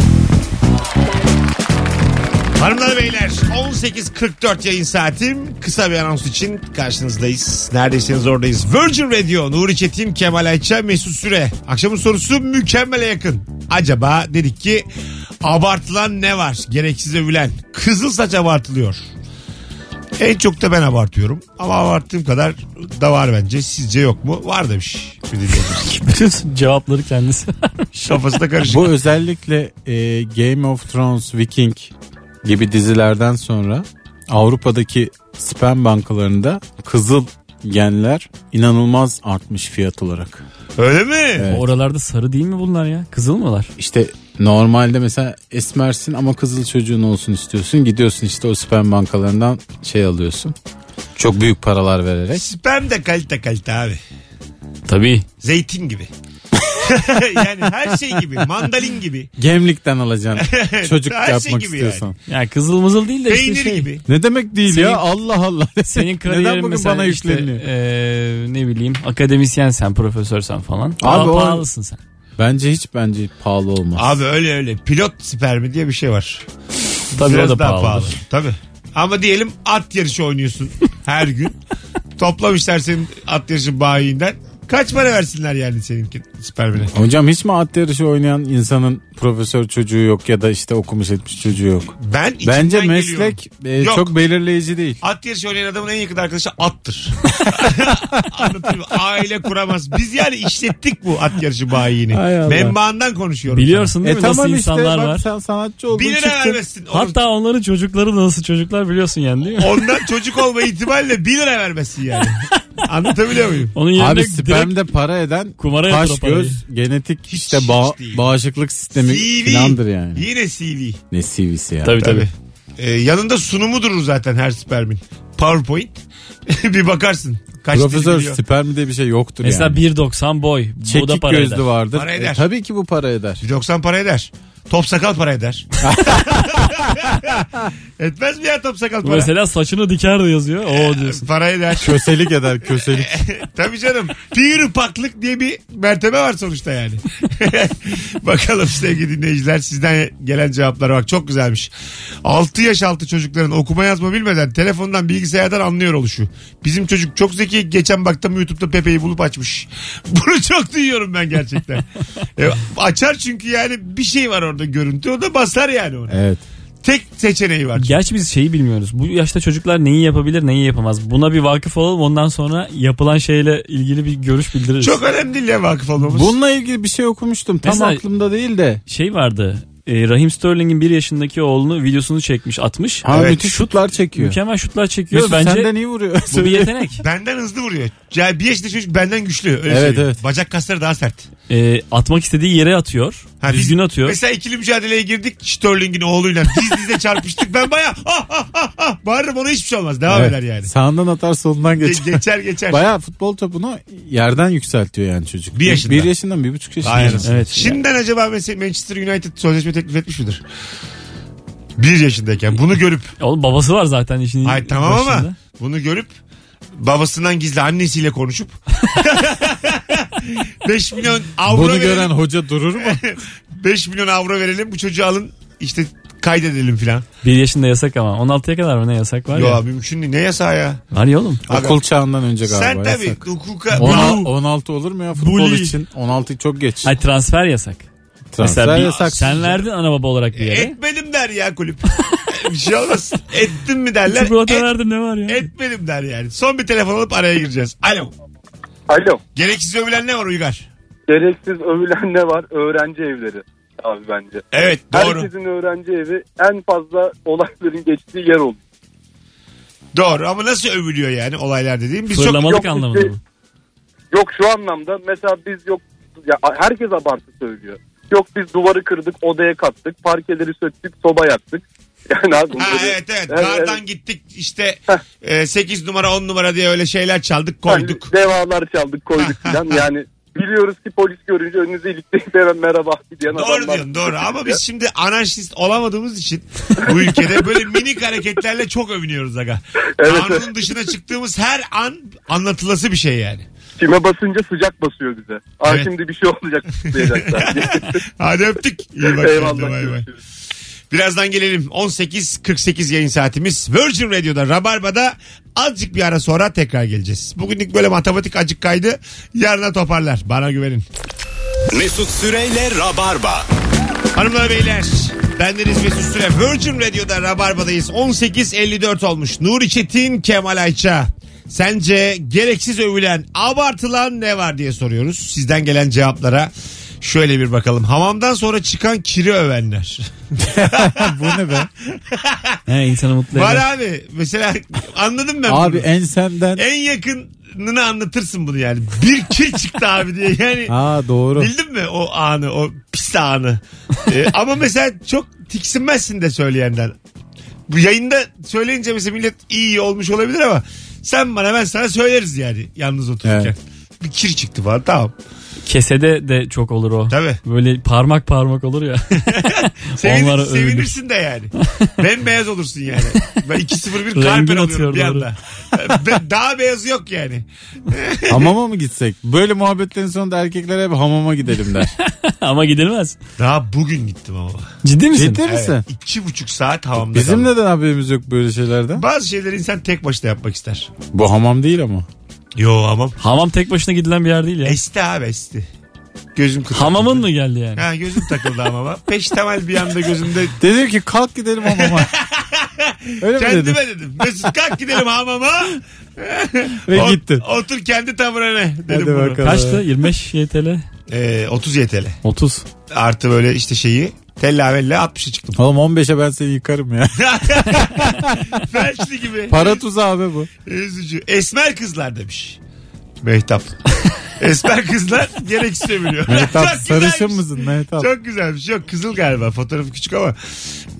[SPEAKER 2] Hanımlar beyler 18.44 yayın saatim. Kısa bir anons için karşınızdayız. Neredeyseniz oradayız. Virgin Radio, Nuri Çetin, Kemal Ayça, Mesut Süre. Akşamın sorusu mükemmele yakın. Acaba dedik ki abartılan ne var? Gereksiz övülen. Kızıl saç abartılıyor. En çok da ben abartıyorum. Ama abarttığım kadar da var bence. Sizce yok mu? Var demiş. Bir dinleyicimiz.
[SPEAKER 4] Bütün cevapları kendisi.
[SPEAKER 2] Kafası da karışık.
[SPEAKER 3] Bu özellikle e, Game of Thrones, Viking gibi dizilerden sonra Avrupa'daki sperm bankalarında kızıl genler inanılmaz artmış fiyat olarak.
[SPEAKER 2] Öyle mi?
[SPEAKER 3] Evet.
[SPEAKER 4] Oralarda sarı değil mi bunlar ya? Kızıl mılar?
[SPEAKER 3] İşte normalde mesela esmersin ama kızıl çocuğun olsun istiyorsun. Gidiyorsun işte o sperm bankalarından şey alıyorsun. Çok büyük paralar vererek.
[SPEAKER 2] Sperm de kalite kalite abi.
[SPEAKER 4] Tabii.
[SPEAKER 2] Zeytin gibi. yani her şey gibi. Mandalin gibi.
[SPEAKER 3] Gemlikten alacaksın. Çocuk
[SPEAKER 2] Her şey
[SPEAKER 3] yapmak
[SPEAKER 2] gibi
[SPEAKER 3] istiyorsan.
[SPEAKER 4] Ya kızıl mızıl değil de işte
[SPEAKER 2] Peynir
[SPEAKER 4] şey.
[SPEAKER 2] gibi.
[SPEAKER 3] Ne demek değil
[SPEAKER 4] Senin-
[SPEAKER 3] ya Allah Allah.
[SPEAKER 4] Senin kariyerin
[SPEAKER 3] Neden bugün
[SPEAKER 4] mesela
[SPEAKER 3] bana
[SPEAKER 4] işte,
[SPEAKER 3] yükleniyor?
[SPEAKER 4] eee, ne bileyim akademisyensen, profesörsen falan. Abi,
[SPEAKER 3] o-
[SPEAKER 4] pahalısın sen.
[SPEAKER 3] Bence hiç bence pahalı olmaz.
[SPEAKER 2] Abi öyle öyle. Pilot spermi diye bir şey var.
[SPEAKER 4] Tabii
[SPEAKER 2] Biraz
[SPEAKER 4] o da
[SPEAKER 2] daha
[SPEAKER 4] pahalı.
[SPEAKER 2] Tabii. Ama diyelim at yarışı oynuyorsun her gün. Toplamışlar senin at yarışı bayinden. Kaç para versinler yani seninki spermine?
[SPEAKER 3] Hocam hiç mi at yarışı oynayan insanın profesör çocuğu yok ya da işte okumuş etmiş çocuğu yok?
[SPEAKER 2] Ben içimden
[SPEAKER 3] Bence
[SPEAKER 2] geliyorum.
[SPEAKER 3] meslek e,
[SPEAKER 2] Yok.
[SPEAKER 3] çok belirleyici değil.
[SPEAKER 2] At yarışı oynayan adamın en yakın arkadaşı attır. Anlatayım. Aile kuramaz. Biz yani işlettik bu at yarışı bayini.
[SPEAKER 3] Hay Allah.
[SPEAKER 2] Menbaandan konuşuyorum.
[SPEAKER 4] Biliyorsun
[SPEAKER 3] E
[SPEAKER 4] değil mi
[SPEAKER 3] tamam
[SPEAKER 4] nasıl
[SPEAKER 3] işte
[SPEAKER 4] insanlar
[SPEAKER 3] bak
[SPEAKER 4] var.
[SPEAKER 3] sen sanatçı
[SPEAKER 2] sana.
[SPEAKER 3] oldun
[SPEAKER 2] Bir lira
[SPEAKER 3] çıktın.
[SPEAKER 2] vermesin. Onun-
[SPEAKER 4] Hatta onların çocukları da nasıl çocuklar biliyorsun yani değil mi?
[SPEAKER 2] Ondan çocuk olma ihtimalle 1 lira vermesin yani. Anlatabiliyor muyum?
[SPEAKER 4] Onun yerine
[SPEAKER 3] Abi
[SPEAKER 4] direkt
[SPEAKER 3] spermde para eden
[SPEAKER 4] kumara
[SPEAKER 3] kaş
[SPEAKER 4] yatırıp
[SPEAKER 3] göz genetik
[SPEAKER 2] Hiç-
[SPEAKER 3] işte
[SPEAKER 2] hiç
[SPEAKER 3] bağ-
[SPEAKER 2] değil.
[SPEAKER 3] bağışıklık sistemi
[SPEAKER 2] CV.
[SPEAKER 3] filandır yani.
[SPEAKER 2] Yine CV.
[SPEAKER 3] Ne CV'si ya.
[SPEAKER 4] Tabii tabii.
[SPEAKER 2] Ee, yanında sunumu durur zaten her spermin. PowerPoint. bir bakarsın. Kaç
[SPEAKER 3] Profesör
[SPEAKER 2] Profesör dil
[SPEAKER 3] sperm diye bir şey yoktur
[SPEAKER 4] Mesela
[SPEAKER 3] yani.
[SPEAKER 4] 1.90 boy. bu da
[SPEAKER 3] Çekik
[SPEAKER 4] para
[SPEAKER 3] gözlü
[SPEAKER 4] eder.
[SPEAKER 3] vardır.
[SPEAKER 2] Para
[SPEAKER 3] E,
[SPEAKER 2] eder.
[SPEAKER 3] tabii ki bu para eder.
[SPEAKER 2] 90 para eder. Top sakal para eder. Etmez mi ya top sakal
[SPEAKER 4] Bu
[SPEAKER 2] para?
[SPEAKER 4] mesela saçını diker de yazıyor. O diyorsun.
[SPEAKER 2] Para eder.
[SPEAKER 3] Köselik eder köselik.
[SPEAKER 2] Tabii canım. Pir ufaklık diye bir mertebe var sonuçta yani. Bakalım sevgili dinleyiciler sizden gelen cevaplara bak çok güzelmiş. 6 yaş altı çocukların okuma yazma bilmeden telefondan bilgisayardan anlıyor oluşu. Bizim çocuk çok zeki. Geçen baktım YouTube'da Pepe'yi bulup açmış. Bunu çok duyuyorum ben gerçekten. E, açar çünkü yani bir şey var orada görüntü. O da basar yani ona.
[SPEAKER 3] Evet.
[SPEAKER 2] Tek seçeneği var.
[SPEAKER 4] Gerçi biz şeyi bilmiyoruz. Bu yaşta çocuklar neyi yapabilir neyi yapamaz. Buna bir vakıf olalım ondan sonra yapılan şeyle ilgili bir görüş bildiririz.
[SPEAKER 2] Çok önemli değil ya vakıf olmamız.
[SPEAKER 3] Bununla ilgili bir şey okumuştum. Tam
[SPEAKER 4] Mesela-
[SPEAKER 3] aklımda değil de.
[SPEAKER 4] Şey vardı. e, Rahim Sterling'in bir yaşındaki oğlunu videosunu çekmiş atmış.
[SPEAKER 3] Ha
[SPEAKER 2] Evet.
[SPEAKER 3] müthiş şutlar çekiyor.
[SPEAKER 4] Mükemmel şutlar çekiyor.
[SPEAKER 3] Mesut
[SPEAKER 4] Bence
[SPEAKER 3] senden iyi vuruyor.
[SPEAKER 4] bu bir yetenek.
[SPEAKER 2] Benden hızlı vuruyor. Ya bir yaşında çocuk benden güçlü. Öyle
[SPEAKER 3] Evet,
[SPEAKER 2] söyleyeyim.
[SPEAKER 3] evet.
[SPEAKER 2] Bacak kasları daha sert.
[SPEAKER 4] E, atmak istediği yere atıyor.
[SPEAKER 2] Ha, biz-
[SPEAKER 4] düzgün atıyor.
[SPEAKER 2] Mesela ikili mücadeleye girdik Sterling'in oğluyla. Diz dize çarpıştık. Ben baya ah ah ah ah bağırırım ona hiçbir şey olmaz. Devam
[SPEAKER 3] Evet.
[SPEAKER 2] eder yani.
[SPEAKER 3] Sağından atar solundan
[SPEAKER 2] Ge-
[SPEAKER 3] geçer.
[SPEAKER 2] geçer geçer.
[SPEAKER 3] Baya futbol topunu yerden yükseltiyor yani çocuk.
[SPEAKER 2] Bir yaşında.
[SPEAKER 3] Bir yaşından bir buçuk yaşında.
[SPEAKER 2] Aynen.
[SPEAKER 4] Evet.
[SPEAKER 2] Şimdiden acaba mesela Manchester United sözleşme teklif etmiş midir? Bir yaşındayken bunu görüp
[SPEAKER 4] E Oğlum babası var zaten işin
[SPEAKER 2] ay tamam
[SPEAKER 4] başında.
[SPEAKER 2] ama bunu görüp babasından gizli annesiyle konuşup 5 milyon avro
[SPEAKER 3] Bunu
[SPEAKER 2] verelim.
[SPEAKER 3] gören hoca durur mu?
[SPEAKER 2] 5 milyon avro verelim bu çocuğu alın işte kaydedelim filan.
[SPEAKER 4] Bir yaşında yasak ama. 16'ya kadar mı ne yasak var
[SPEAKER 2] Yo
[SPEAKER 4] ya.
[SPEAKER 2] abi mümkün değil. Ne yasağı ya?
[SPEAKER 4] Var ya oğlum.
[SPEAKER 2] Abi-
[SPEAKER 3] Okul çağından önce galiba.
[SPEAKER 2] Sen tabii
[SPEAKER 3] yasak.
[SPEAKER 2] hukuka...
[SPEAKER 3] Ona- 16 olur mu ya futbol
[SPEAKER 4] Bully.
[SPEAKER 3] için? 16 çok geç.
[SPEAKER 4] Ay transfer yasak.
[SPEAKER 3] Transfer
[SPEAKER 4] Mesela bir-
[SPEAKER 3] yasak.
[SPEAKER 4] sen verdin ana baba olarak bir yere.
[SPEAKER 2] Etmedim der ya kulüp. bir şey olmaz. Ettim mi derler.
[SPEAKER 4] Çikolata
[SPEAKER 2] Et-
[SPEAKER 4] verdim ne var ya?
[SPEAKER 2] etmedim der yani. Son bir telefon alıp araya gireceğiz. Alo.
[SPEAKER 6] Alo.
[SPEAKER 2] Gereksiz övülen ne var Uygar?
[SPEAKER 6] Gereksiz övülen ne var? Öğrenci evleri abi bence.
[SPEAKER 2] Evet doğru.
[SPEAKER 6] Herkesin öğrenci evi en fazla olayların geçtiği yer oldu.
[SPEAKER 2] Doğru ama nasıl övülüyor yani olaylar dediğim. Biz çok
[SPEAKER 4] Fırlamalık
[SPEAKER 6] yok,
[SPEAKER 4] anlamında
[SPEAKER 6] işte-
[SPEAKER 4] mı?
[SPEAKER 6] Yok şu anlamda mesela biz yok ya herkes abartı söylüyor. Yok biz duvarı kırdık, odaya kattık, parkeleri söktük, soba yaktık. Yani abi
[SPEAKER 2] Ha
[SPEAKER 6] bunları-
[SPEAKER 2] evet evet.
[SPEAKER 6] Yani,
[SPEAKER 2] Gardan
[SPEAKER 6] evet.
[SPEAKER 2] gittik işte 8 numara 10 numara diye öyle şeyler çaldık koyduk.
[SPEAKER 6] Yani hani devalar çaldık, koyduk filan. yani biliyoruz ki polis görünce önünüze ilikleyip hemen merhaba diyen
[SPEAKER 2] Doğru
[SPEAKER 6] adamlar.
[SPEAKER 2] diyorsun doğru ama biz şimdi anarşist olamadığımız için bu ülkede böyle minik hareketlerle çok övünüyoruz aga.
[SPEAKER 6] Evet,
[SPEAKER 2] Kanunun dışına çıktığımız her an anlatılası bir şey yani.
[SPEAKER 6] Kime basınca sıcak basıyor bize. Aa
[SPEAKER 2] Evet.
[SPEAKER 6] şimdi bir şey olacak diyecekler.
[SPEAKER 2] Hadi öptük. İyi bak.
[SPEAKER 6] Eyvallah.
[SPEAKER 2] Bay bay.
[SPEAKER 6] görüşürüz.
[SPEAKER 2] Birazdan gelelim. 18.48 yayın saatimiz. Virgin Radio'da Rabarba'da azıcık bir ara sonra tekrar geleceğiz. Bugünlük böyle matematik acık kaydı. Yarına toparlar. Bana güvenin.
[SPEAKER 1] Mesut Süreyle Rabarba.
[SPEAKER 2] Hanımlar beyler bendeniz Mesut Süre Virgin Radio'da Rabarba'dayız 18.54 olmuş Nuri Çetin Kemal Ayça Sence gereksiz övülen abartılan ne var diye soruyoruz sizden gelen cevaplara Şöyle bir bakalım. Hamamdan sonra çıkan kiri övenler.
[SPEAKER 3] Bu ne be?
[SPEAKER 4] He, insanı mutlu
[SPEAKER 2] Var
[SPEAKER 4] eder.
[SPEAKER 2] abi. Mesela anladım ben
[SPEAKER 3] Abi
[SPEAKER 2] bunu.
[SPEAKER 3] ensemden.
[SPEAKER 2] En yakınını anlatırsın bunu yani. Bir kir çıktı abi diye. Yani
[SPEAKER 3] Aa doğru.
[SPEAKER 2] Bildin mi o anı, o pis anı? Ee, ama mesela çok tiksinmezsin de söyleyenden. Bu yayında söyleyince mesela millet iyi olmuş olabilir ama sen bana ben sana söyleriz yani yalnız otururken.
[SPEAKER 3] Evet.
[SPEAKER 2] Bir kir çıktı falan tamam.
[SPEAKER 4] Kesede de çok olur o.
[SPEAKER 2] Tabii.
[SPEAKER 4] Böyle parmak parmak olur ya.
[SPEAKER 2] Sevinir-
[SPEAKER 4] Onlara övülür.
[SPEAKER 2] sevinirsin de yani. Bembeyaz olursun yani. Ben 2-0-1
[SPEAKER 4] Rengin
[SPEAKER 2] kalper
[SPEAKER 4] atıyor
[SPEAKER 2] alıyorum bir
[SPEAKER 4] doğru.
[SPEAKER 2] anda. Ben- Daha beyazı yok yani.
[SPEAKER 3] Hamama mı gitsek? Böyle muhabbetlerin sonunda erkekler hep hamama gidelim der.
[SPEAKER 4] Ama gidilmez.
[SPEAKER 2] Daha bugün gittim ama.
[SPEAKER 4] Ciddi misin?
[SPEAKER 3] Ciddi misin?
[SPEAKER 2] Evet, iki buçuk saat havamda
[SPEAKER 3] Bizim
[SPEAKER 2] kaldım.
[SPEAKER 3] neden haberimiz yok böyle şeylerden?
[SPEAKER 2] Bazı şeyleri insan tek başına yapmak ister.
[SPEAKER 3] Bu hamam değil ama.
[SPEAKER 2] Yo hamam.
[SPEAKER 4] Hamam tek başına gidilen bir yer değil ya.
[SPEAKER 2] Esti abi esti. Gözüm kırıldı.
[SPEAKER 4] Hamamın mı geldi yani?
[SPEAKER 2] Ha gözüm takıldı hamama. Peştemal bir anda gözümde.
[SPEAKER 3] Dedim ki kalk gidelim hamama. Öyle mi dedim?
[SPEAKER 2] Kendime dedim. Mesut kalk gidelim hamama.
[SPEAKER 3] Ve
[SPEAKER 2] Ot-
[SPEAKER 3] gittin.
[SPEAKER 2] Otur kendi tavrına dedim
[SPEAKER 3] Hadi
[SPEAKER 2] bunu.
[SPEAKER 3] bakalım.
[SPEAKER 4] Kaçtı? 25 YTL?
[SPEAKER 2] Ee, 30 YTL.
[SPEAKER 4] 30.
[SPEAKER 2] Artı böyle işte şeyi. Tella vella 60'a çıktım.
[SPEAKER 3] Oğlum 15'e ben seni yıkarım ya.
[SPEAKER 2] Felçli gibi.
[SPEAKER 3] Para tuzağı be bu.
[SPEAKER 2] Üzücü. Esmer kızlar demiş. Mehtap. Esmer kızlar gereksiz övülüyor.
[SPEAKER 3] Mehtap
[SPEAKER 2] Çok
[SPEAKER 3] sarışın
[SPEAKER 2] güzelmiş.
[SPEAKER 3] mısın Mehtap?
[SPEAKER 2] Çok güzelmiş. Yok kızıl galiba. Fotoğrafı küçük ama.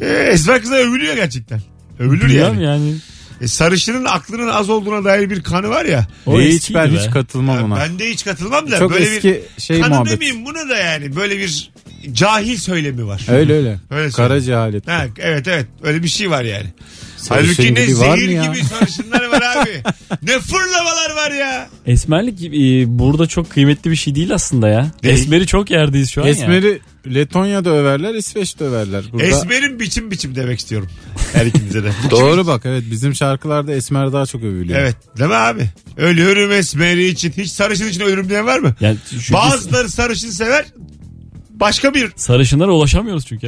[SPEAKER 2] Ee, esmer kızlar övülüyor gerçekten. Övülür yani.
[SPEAKER 4] Bilmiyorum yani.
[SPEAKER 2] E, sarışının aklının az olduğuna dair bir kanı var ya.
[SPEAKER 4] O
[SPEAKER 3] Ve hiç
[SPEAKER 4] eskiydi
[SPEAKER 3] ben
[SPEAKER 4] be.
[SPEAKER 3] hiç katılmam ona.
[SPEAKER 2] Ben de hiç katılmam da
[SPEAKER 3] Çok
[SPEAKER 2] böyle
[SPEAKER 3] eski
[SPEAKER 2] bir
[SPEAKER 3] şey
[SPEAKER 2] kanı
[SPEAKER 3] muhabbet.
[SPEAKER 2] demeyeyim buna da yani böyle bir cahil söylemi var.
[SPEAKER 3] Öyle öyle.
[SPEAKER 2] Öyle şey.
[SPEAKER 3] Kara
[SPEAKER 2] söyle.
[SPEAKER 3] cehalet.
[SPEAKER 2] Ha, evet evet öyle bir şey var yani.
[SPEAKER 3] Sarışın
[SPEAKER 2] Halbuki ne
[SPEAKER 3] gibi var mı
[SPEAKER 2] zehir
[SPEAKER 3] ya?
[SPEAKER 2] gibi sarışınlar var abi. ne fırlamalar var ya.
[SPEAKER 4] Esmerlik e, burada çok kıymetli bir şey değil aslında ya.
[SPEAKER 2] Değil.
[SPEAKER 4] Esmeri çok yerdeyiz şu an ya.
[SPEAKER 3] Esmer'i Letonya'da överler, İsveç'te överler. Burada...
[SPEAKER 2] Esmerim biçim biçim demek istiyorum. Her ikimize de. Bu
[SPEAKER 3] Doğru bak evet bizim şarkılarda Esmer daha çok övülüyor.
[SPEAKER 2] Evet değil mi abi? Ölüyorum esmeri için. Hiç sarışın için ölürüm diyen var mı?
[SPEAKER 4] Yani çünkü
[SPEAKER 2] Bazıları sarışın sever. Başka bir
[SPEAKER 4] sarışınlara ulaşamıyoruz çünkü.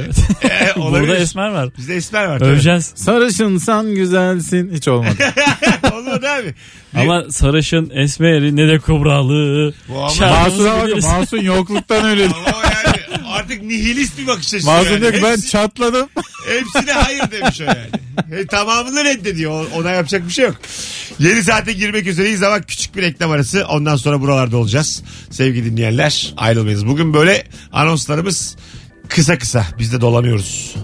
[SPEAKER 4] Evet.
[SPEAKER 2] e, olabilir.
[SPEAKER 4] burada esmer var.
[SPEAKER 2] Bizde esmer var. tabii.
[SPEAKER 4] Öveceğiz.
[SPEAKER 3] Sarışınsan güzelsin hiç olmadı.
[SPEAKER 2] Olmadı abi.
[SPEAKER 4] Ama sarışın, esmeri, ne de kubralı.
[SPEAKER 2] Bu ama-
[SPEAKER 4] Şarkımızı
[SPEAKER 3] Masum'a bakın
[SPEAKER 4] biliriz.
[SPEAKER 3] Masum yokluktan öyle. diyor.
[SPEAKER 2] Ama yani artık nihilist bir bakış açısı
[SPEAKER 3] Masum
[SPEAKER 2] yani.
[SPEAKER 3] diyor ki ben
[SPEAKER 2] Hepsi-
[SPEAKER 3] çatladım.
[SPEAKER 2] Hepsine hayır demiş o yani. E, tamamını reddediyor. O- Ona yapacak bir şey yok. Yeni saate girmek üzereyiz ama küçük bir reklam arası. Ondan sonra buralarda olacağız. Sevgili dinleyenler ayrılmayınız. Bugün böyle anonslarımız kısa kısa. Biz de dolanıyoruz.